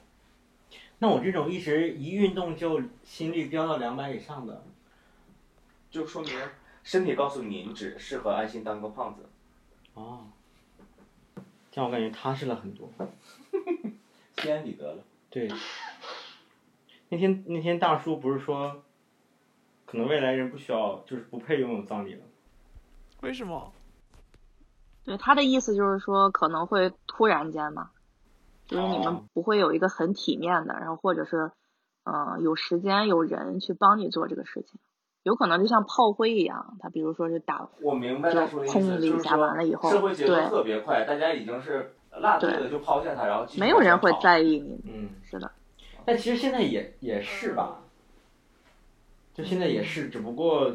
A: 那我这种一直一运动就心率飙到两百以上的，
D: 就说明身体告诉你，你只适合安心当个胖子。
A: 哦，这样我感觉踏实了很多。
D: 心安理得了。
A: 对，那天那天大叔不是说，可能未来人不需要，就是不配拥有葬礼了。
F: 为什么？
B: 对，他的意思就是说可能会突然间嘛，就是你们
A: 哦
B: 不会有一个很体面的，然后或者是，呃，有时间有人去帮你做这个事情，有可能就像炮灰一样，他比如说是打，
D: 我明白他说的意
B: 就
D: 思，
B: 轰
D: 就是
B: 一下完了以
D: 说
B: 后
D: 社会节奏
B: 对
D: 特别快，大家已经是落地了就抛下他，然后继续
B: 没有人会
D: 往前跑
B: 在意你，
A: 嗯，
B: 是的，
A: 但其实现在也也是吧，嗯就现在也是，只不过，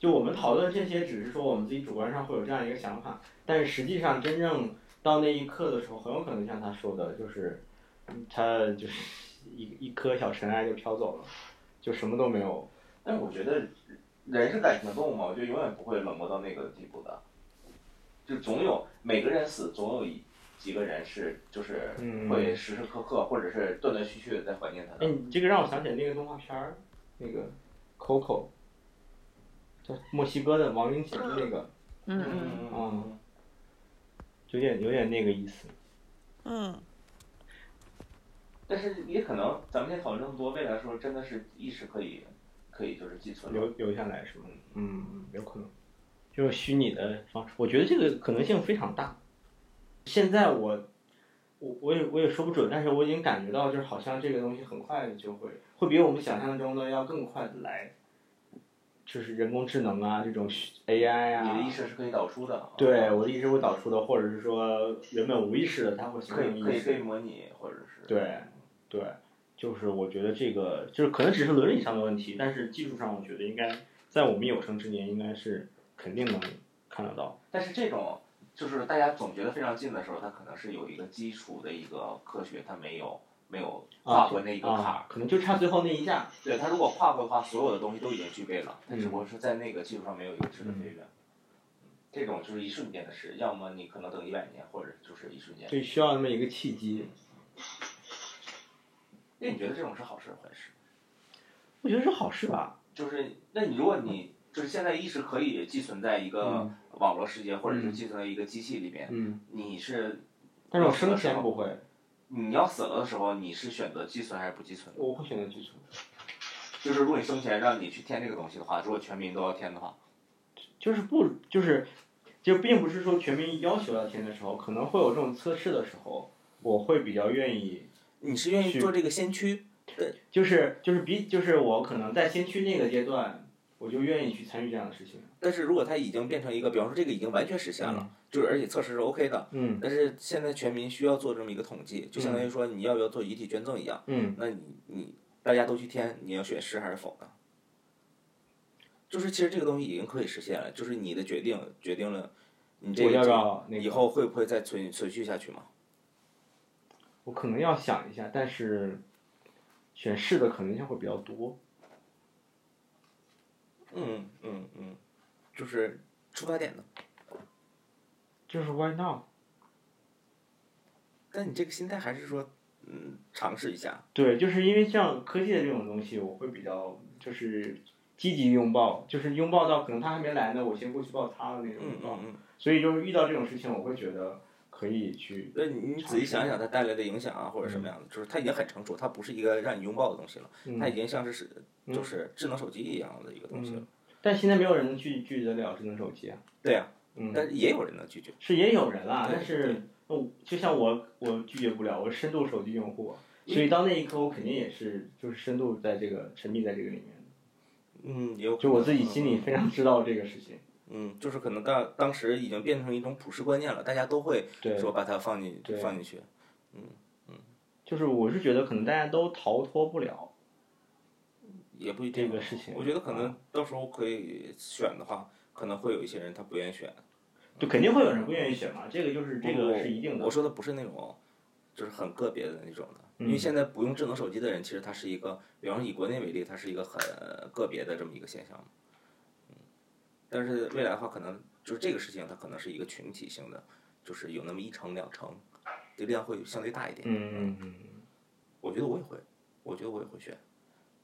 A: 就我们讨论这些，只是说我们自己主观上会有这样一个想法，但是实际上真正到那一刻的时候，很有可能像他说的，就是，嗯他就是一一颗小尘埃就飘走了，就什么都没有。
D: 但是我觉得人是感情的动物嘛，我觉得永远不会冷漠到那个地步的，就总有每个人死总有一几个人是就是
A: 嗯
D: 会时时刻刻或者是断断续续的在怀念他
A: 哎，
D: 的。
A: 你这个让我想起来那个动画片儿，那个 Coco，叫墨西哥的亡灵节的那个，
E: 嗯嗯，
D: 嗯
A: 嗯，有点有点那个意思。
F: 嗯，
D: 但是也可能咱们先讨论这么多，未来说真的是意识可以可以就是寄存的。
A: 留留下来是吗？嗯，有可能，就是虚拟的方式，我觉得这个可能性非常大。现在我，我我也我也说不准，但是我已经感觉到，就是好像这个东西很快就会会比我们想象中的要更快的来，就是人工智能啊这种虚 AI 啊，
D: 你的意识是可以导出的。啊
A: 对我的意识会导出的，或者是说原本无意识的，它会形
D: 可
A: 成
D: 以可
A: 意
D: 以被
A: 识。
D: 模拟，或者是
A: 对对，就是我觉得这个就是可能只是伦理上的问题，但是技术上我觉得应该在我们有生之年应该是肯定能看得到。
D: 但是这种就是大家总觉得非常近的时候，它可能是有一个基础的一个科学，它没有没有跨过那一个坎儿
A: 啊。，可能就差最后那一下。
D: 对，它如果跨过的话，所有的东西都已经具备了，它
A: 嗯
D: 只不过是在那个基础上没有一个质的飞跃。嗯这种就是一瞬间的事，要么你可能等一百年，或者就是一瞬间。
A: 对，需要那么一个契机。
D: 那你觉得这种是好事还是坏事？
A: 我觉得是好事吧。
D: 就是，那你如果你就是现在意识可以寄存在一个
A: 嗯
D: 网络世界，或者是
A: 嗯
D: 寄存在一个机器里边，
A: 嗯，
D: 你是
A: 但是我生前不会，
D: 你要死了的时候，你是选择寄存还是不寄存？
A: 我会选择去存。
D: 就是如果你生前让你去填这个东西的话，如果全民都要填的话，
A: 就是不就是就并不是说全民要求要填的时候，可能会有这种测试的时候，我会比较愿意
D: 你是愿
A: 意做
D: 这个先驱？
A: 就是就是比就是我可能在先驱那个阶段，我就愿意去参与这样的事情。
D: 但是如果它已经变成一个，比方说这个已经完全实现
A: 了，
D: 就是啊而且测试是 OK 的，
A: 嗯
D: 但是现在全民需要做这么一个统计，就
A: 相当于
D: 说你要不要做遗体捐赠一样，
A: 嗯，
D: 那你你大家都去填，你要选是还是否呢？就是其实这个东西已经可以实现了，就是你的决定决定了你这
A: 我
D: 个
A: 要不要那个？
D: 以后会不会再存存续下去嘛？
A: 我可能要想一下，但是选是的可能性会比较多。
D: 嗯嗯嗯，就是出发点呢。
A: 就是 why not？
D: 但你这个心态还是说，嗯，尝试一下。
A: 对，就是因为像科技的这种东西，我会比较就是积极拥抱，就是拥抱到可能他还没来呢，我先过去抱他的那种
D: 嗯
A: 拥抱。
D: 嗯嗯，
A: 所以就是遇到这种事情，我会觉得可以去
D: 那你你仔细想一想它带来的影响啊，或者什么样的，就是它已经很成熟，它不是一个让你拥抱的东西了，
A: 嗯
D: 它已经像是是
A: 嗯
D: 就是智能手机一样的一个东西了
A: 嗯。但现在没有人能拒拒绝得了智能手机啊。
D: 对呀，
A: 嗯，
D: 但是也有人能拒绝。
A: 是也有人啦，
D: 对
A: 但是我就像我，我拒绝不了，我是深度手机用户，所
D: 嗯
A: 以到那一刻我肯定也是就是深度在这个沉迷在这个里面的，
D: 嗯，也有可
A: 就
D: 能
A: 我自己心里非常知道这个事情，
D: 嗯，嗯就是可能当当时已经变成一种普世观念了，大家都会
A: 对，
D: 说把它放进
A: 对
D: 放进去。
A: 就是我是觉得可能大家都逃脱不了，
D: 也不一定
A: 这个事情啊
D: 我觉得可能到时候可以选的话，可能会有一些人他不愿意选。
A: 就肯定会有人不愿意选嘛，这个就是这
D: 我
A: 个是一定的。
D: 哦我说的不是那种，就是很个别的那种的，
A: 嗯
D: 因为现在不用智能手机的人，其实他是一个，比方说以国内为例，它是一个很个别的这么一个现象。嗯，但是未来的话，可能就是这个事情，它可能是一个群体性的，就是有那么一成两成，这量会相对大一点。
A: 嗯，嗯嗯，
D: 我觉得我也会，我觉得我也会选，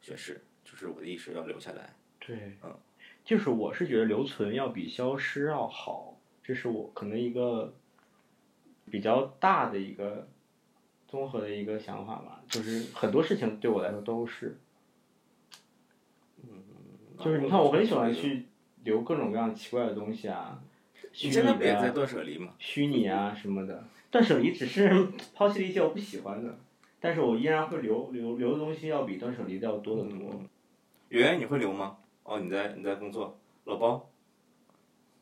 D: 选是，就是我的意识要留下来。
A: 对
D: 嗯，
A: 就是我是觉得留存要比消失要好，这是我可能一个比较大的一个综合的一个想法吧。就是很多事情对我来说都是，就是你看嗯我很喜欢去留各种各样奇怪的东西啊，虚
D: 你
A: 拟
D: 现在不也在
A: 的、
D: 断舍离吗？
A: 虚拟啊什么的。断舍离只是 *laughs* 抛弃了一些我不喜欢的，但是我依然会留留留的东西要比断舍离的要多得多。
D: 圆圆，你会留吗？哦，你在你在工作，老包，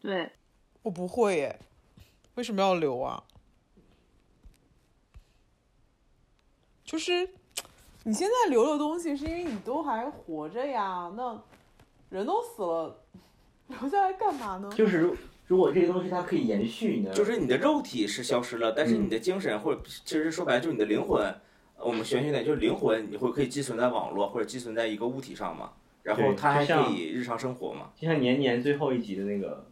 E: 对，
F: 我不会耶，为什么要留啊？就是你现在留的东西，是因为你都还活着呀。那人都死了，留下来干嘛呢？
A: 就是如如果这个东西它可以延续你的，
D: 就是你的肉体是消失了，但是你的精神或者其实说白了就是你的灵魂，呃我们玄学点就是灵魂，你会可以寄存在网络或者寄存在一个物体上嘛，然后
A: 对
D: 它还
A: 就像
D: 可以日常生活嘛。
A: 就像年年最后一集的那个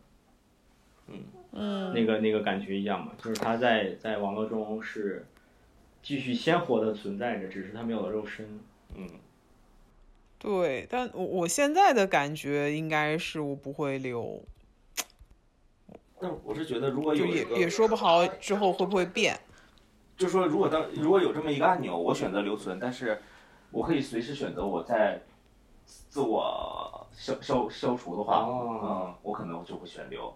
F: 嗯
A: 那个那个感觉一样嘛，就是它在在网络中是继续鲜活的存在着，只是它没有了肉身。
D: 嗯，
F: 对，但我我现在的感觉应该是我不会留，
D: 但我是觉得，如果
F: 就
D: 有一
F: 也
D: 个，
F: 也说不好之后会不会变。
D: 就说如果当如果有这么一个按钮，我选择留存，但是我可以随时选择我在自我消消消除的话，
A: 哦
D: 嗯，我可能就会选留。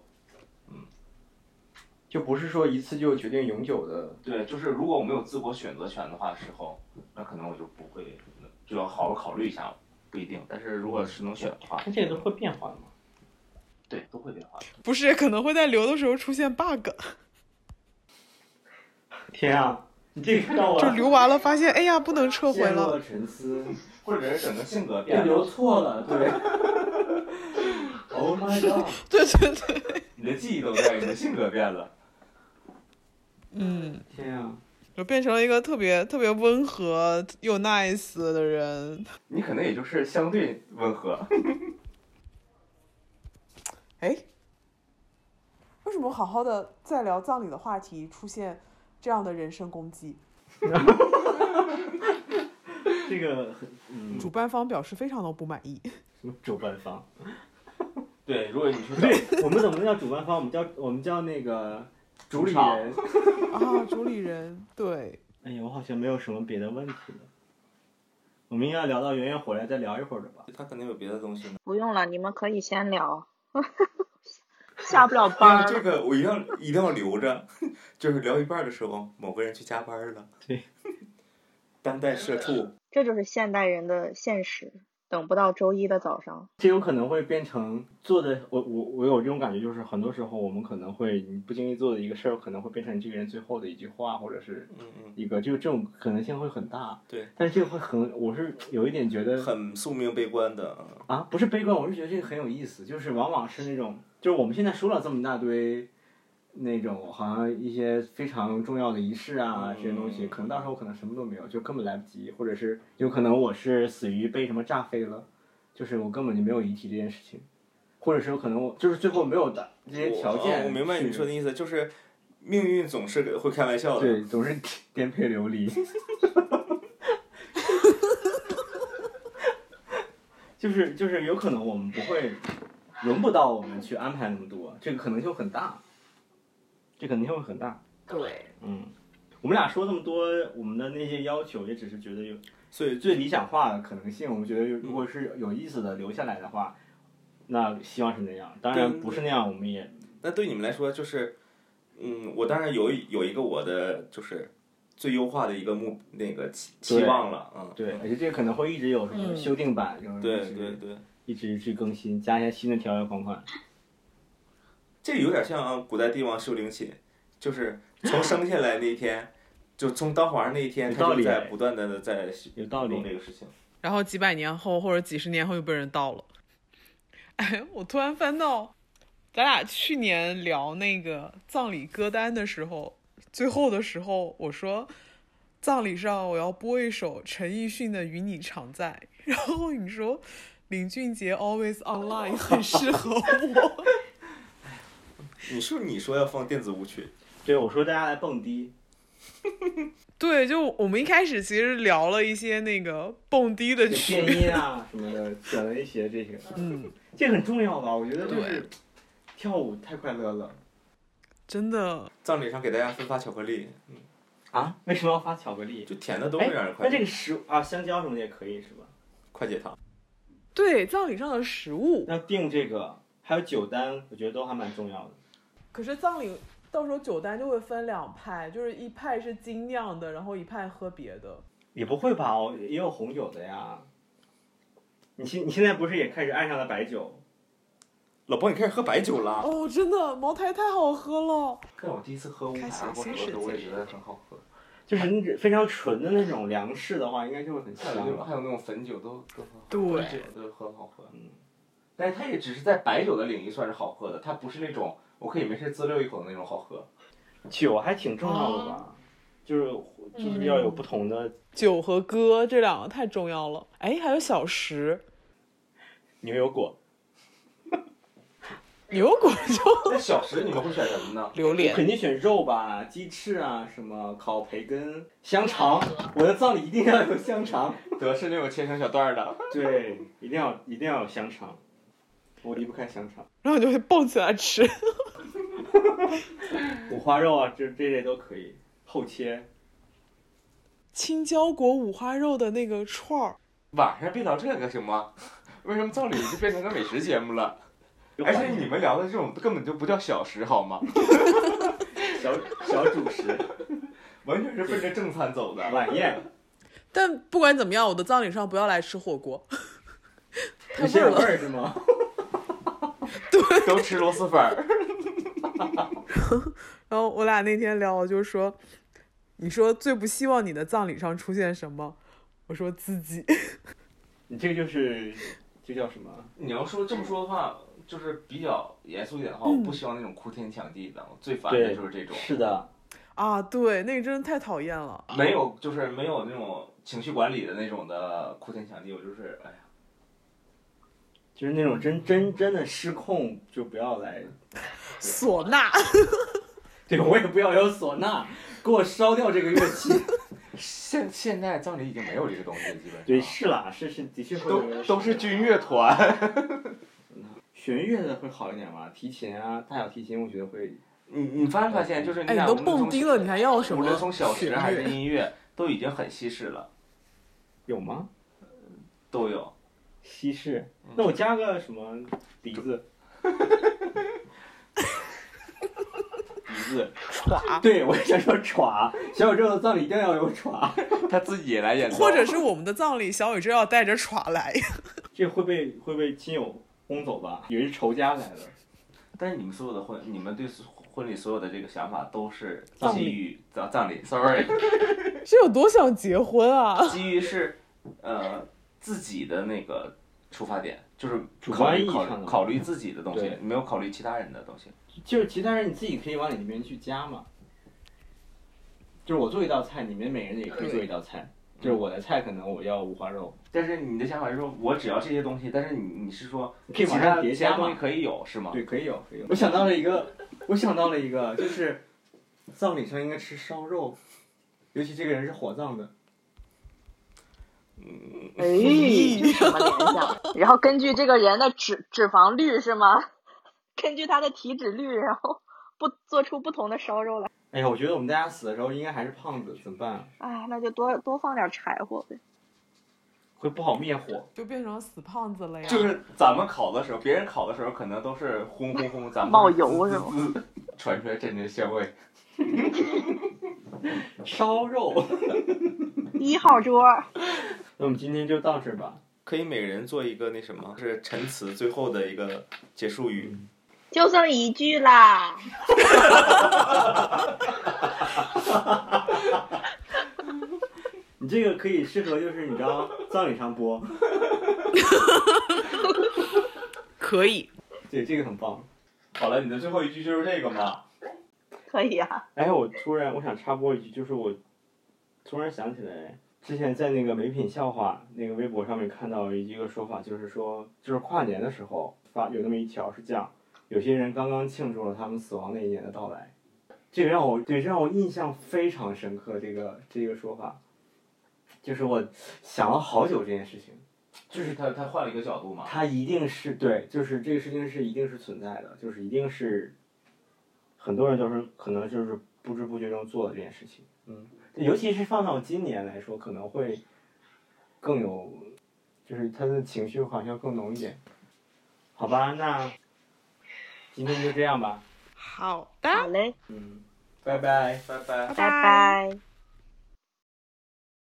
A: 就不是说一次就决定永久的。
D: 对，就是如果我没有自我选择权的话时候，那可能我就不会，就要好好考虑一下，不一定。但是如果是能选的话，
A: 那这个都会变化的嘛？
D: 对都会变化的。
F: 不是，可能会在留的时候出现 bug，
A: 天啊，你这个让我
F: 就留完了发现，哎呀，不能撤回
A: 陷入
F: 了。
A: 了沉思，
D: 或者是整个性格
A: 这
D: 变
A: 留
D: 了，
A: 错了，对。Oh my god！
F: 对对对，
D: 你的记忆都变，你的性格变了。
F: 嗯，
A: 天啊，
F: 就变成了一个特别特别温和又 nice 的人。
D: 你可能也就是相对温和，
F: 哎，
N: 为什么好好的在聊葬礼的话题出现这样的人身攻击？
A: 这个很嗯，
F: 主办方表示非常的不满意。
A: 什么主办方？
D: *laughs* *laughs* 对，如果你去
A: 我们怎么能叫主办方？我们叫我们叫那个主理
D: 场
A: 人。
F: 啊，主理人，对，
A: 哎呀，我好像没有什么别的问题了。我们应该聊到圆圆回来再聊一会儿的吧？
D: 找，他肯定有别的东西呢。
B: 不用了，你们可以先聊。 *laughs* 下不了班儿，
D: 这个我一定要一定要留着，就是聊一半的时候，某个人去加班了。
A: 对，
D: *laughs* 当代社畜。
B: 这就是现代人的现实。等不到周一的早上，
A: 这有可能会变成做的，我我我有这种感觉，就是很多时候我们可能会你不经意做的一个事儿，可能会变成这个人最后的一句话，或者是
D: 嗯
A: 一个就这种可能性会很大。
D: 对，
A: 但是这个会很，我是有一点觉得
D: 嗯，很宿命悲观的。嗯
A: 啊，不是悲观，我是觉得这个很有意思，就是往往是那种，就是我们现在说了这么一大堆，那种好像一些非常重要的仪式啊，这些东西，
D: 嗯
A: 可能到时候可能什么都没有，就根本来不及，或者是有可能我是死于被什么炸飞了，就是我根本就没有遗体这件事情，或者是有可能我就是最后没有达这些条件
D: 我明白你
A: 去
D: 说的意思，就是命运总是会开玩笑的。
A: 对，总是颠沛流离。 *laughs* 就是就是有可能我们不会轮不到我们去安排那么多，这个可能性很大，这可能性会很大。
O: 对，
A: 嗯，我们俩说那么多，我们的那些要求也只是觉得有
D: 所以
A: 最理想化的可能性。我们觉得如果是有意思的留下来的话，那希望是那样。当然
D: 对
A: 不是那样，我们也
D: 那对你们来说，就是，嗯，我当然有一有一个我的就是最优化的一个目那个期期
A: 对
D: 望了，嗯，
A: 对，嗯而且这个可能会一直有什么修订版，就是
D: 对对对，
A: 一直去更新，加一些新的条约款款。 *laughs*
D: 这有点像古代帝王修陵寝，就是从生下来那一天，就从当皇上那一天，
A: 有
D: 他
A: 道
D: 就
A: 理哎
D: 在不断的在
A: 有道理哎
D: 弄这个事情。
F: 然后几百年后或者几十年后又被人盗了。 *laughs* 哎，我突然翻到，咱俩去年聊那个葬礼歌单的时候，最后的时候我说，葬礼上我要播一首陈奕迅的《与你常在》，然后你说林俊杰《Always Online》很适合我。 *laughs*
D: 你是不是你说要放电子舞曲？
A: 对，我说大家来蹦 *laughs* 迪，
F: 对，就我们一开始其实聊了一些那个蹦迪的
A: 电
F: 曲，
A: 音啊什么的，选了一些这些，
F: 嗯，
A: 这很重要吧？我觉得就
F: 对
A: 是跳舞太快乐了
F: 真的
D: 葬礼上给大家分发巧克力，
A: 啊！为什么要发巧克 *laughs* 力？
D: 就甜的都会
A: 哎
D: 让人，快
A: 那这
D: 乐
A: 个食啊，香蕉什么的也可以是吧？
D: 快解糖。
F: 对葬礼上的食物。
A: 那定这个还有酒单，我觉得都还蛮重要的。
N: 可是葬礼到时候酒单就会分两派，就是一派是精酿的，然后一派喝别的。
A: 也不会吧？我哦也有红酒的呀。你现你现在不是也开始爱上了白酒？
D: 老包，你开始喝白酒了？
N: 哦，真的茅台太好喝了，
D: 但我第一次喝乌
F: 开启
D: 牌，我
F: 新
D: 喝
F: 世
D: 的我也
F: 界
D: 觉得很好喝。
A: 就是你只非常纯的那种粮食的话，应该就会很
D: 还有
A: 香
D: 那种
A: 吧。
D: 还有那种汾酒都都很好喝，
F: 对
D: 汾酒都很好喝。嗯，但是它也只是在白酒的领域算是好喝的，它不是那种我可以没事滋溜一口的那种好喝。
A: 酒还挺重要的吧？就是就是要有不同的
F: 酒和歌这两个太重要了。哎，还有小食，
A: 牛油果。
F: 牛骨
N: *laughs*
F: 就
P: 那小食你们会选什么呢？
F: 榴莲，
A: 肯定选肉吧，鸡翅啊，什么烤培根、香肠。我的葬礼一定要有香肠，
D: *laughs* 德是那种切成小段儿的，
A: 对，一定要一定要有香肠，我离不开香肠，
F: 然后你就会蹦起来吃。
A: 五花肉啊，这这类都可以，厚切。
F: 青椒果五花肉的那个串儿，
D: 晚上别聊这个行吗？为什么造理就变成个美食节目了？
A: 有
D: 而
A: 缓
D: 且你们聊的这种根本就不叫小食好吗？
A: 小小主食、
D: 完全是奔着正餐 *laughs* 走的。
A: 晚宴，
F: 但不管怎么样，我的葬礼上不要来吃
N: *laughs*
F: 火锅，
A: 你
F: 太味
A: 先
F: 儿
A: 有味
F: 了。
A: 儿是
D: *laughs*
A: 吗？
D: 都吃螺蛳粉儿，
F: 然后我俩那天聊，我就说，你说最不希望你的葬礼上出现什么？我说自己。
A: 你这个就是这叫什么？
D: 你要说这么说的话，就是比较严肃一点的话，
F: 嗯
D: 我不希望那种哭天抢地的，我最烦的
A: 对
D: 就是这种，
A: 是的，
F: 啊，对，那个真的太讨厌了。
D: 没有就是没有那种情绪管理的那种的哭天抢地，我就是哎呀，
A: 就是那种真真真的失控，就不要来。
F: 唢呐，
D: 哎
A: *laughs* 对我也不要有唢呐，给我烧掉这个乐器。
D: 现现在葬礼已经没有这个东西了，基
A: *laughs*
D: 本
A: 对，
D: 上
A: 是啦，是是，的确会有
D: 都都是军乐团。 *laughs*
A: 弦乐的会好一点吧，提琴啊，大小提琴，我觉得会。
D: 你你发没发现，就是
F: 哎，
D: 看
F: 你
D: 我
F: 都
D: 们
F: 蹦
D: 从
F: 迪了，你还要什
D: 无
F: 么？
D: 论从小
F: 弦
D: 时还是
F: 乐 *laughs*
D: 音乐，都已经很西式了，
A: 有吗？
D: 都有。
A: 西式？那我加个什么笛子？笛子，
F: 耍，
A: *laughs* 对我也想说歘，小宇宙的葬礼一定要有歘，
D: 他自己来演奏，
F: 或者是我们的葬礼，小宇宙要带着耍来。
A: *laughs* 这会被会被亲友轰走吧？以为是仇家来了。
D: 但是你们所有的婚，你们对所婚礼所有的这个想法都是
F: 葬礼
D: 基于葬葬礼，sorry，
F: 这有多想结婚
B: 哦
F: 啊？
D: 基于是呃自己的那个出发点，就是
A: 主
D: 考
A: 观意
D: 虑
A: 义
D: 考
A: 上
D: 虑
A: 的
D: 考虑自己的东西
A: 对，
D: 没有考虑其他人的东西。
A: *laughs* 就是其他人你自己可以往里面去加嘛。就是我做一道菜，你们每人也可以做一道菜。就是我的菜可能我要五花肉，
D: 但是你的想法是说，我只要这些东西，但是你你是说
A: 你可
D: 其
A: 以往上
D: 他
A: 叠
D: 其他
A: 加
D: 东西
A: 嘛。
D: 可以有是吗？
A: 对，可以有，可以有。我想到了一个，我想到了一个，就是葬礼上应该吃烧肉，尤其这个人是火葬的。
B: 哎，这什么联想？然后根据这个人的脂脂肪率是吗？根据他的体脂率，然后不做出不同的烧肉来。
A: 哎呀，我觉得我们大家死的时候应该还是胖子，怎么办啊、
B: 哎，那就多多放点柴火呗。
A: 会不好灭火。
F: 就变成死胖子了呀！
D: 就是咱们烤的时候，别人烤的时候可能都是轰轰轰，咱们
B: 冒油是吗
D: 滋滋滋传出来阵阵
A: *laughs*
D: 香味。
A: 烧肉，
B: 一号桌，
A: *laughs* 那我们今天就到这儿吧。
D: 可以每个人做一个那什么，是陈词最后的一个结束语。
Q: 就剩一句啦。
A: 你这个可以适合就是你知道 *laughs* 葬礼上播，
F: 可以，
A: 对，这个很棒。
D: 好了，你的最后一句就是这个嘛？
B: 可以啊。
A: 哎，我突然我想插播一句，就是我突然想起来，之前在那个美品笑话那个微博上面看到一个说法，就是说，就是跨年的时候发有那么一条是这样，有些人刚刚庆祝了他们死亡那一年的到来，这个让我对这让我印象非常深刻，这个这个说法，就是我想了好久这件事情。
D: 就是他他换了一个角度嘛。
A: 它一定是对，就是这个事情是一定是存在的，就是一定是很多人都是可能就是不知不觉中做的这件事情。嗯，尤其是放到今年来说，可能会更有，就是他的情绪好像更浓一点。好吧，那今天就这样吧。
F: 好的，
B: 好嘞，
A: 嗯，拜拜。
D: 拜拜。
B: 拜拜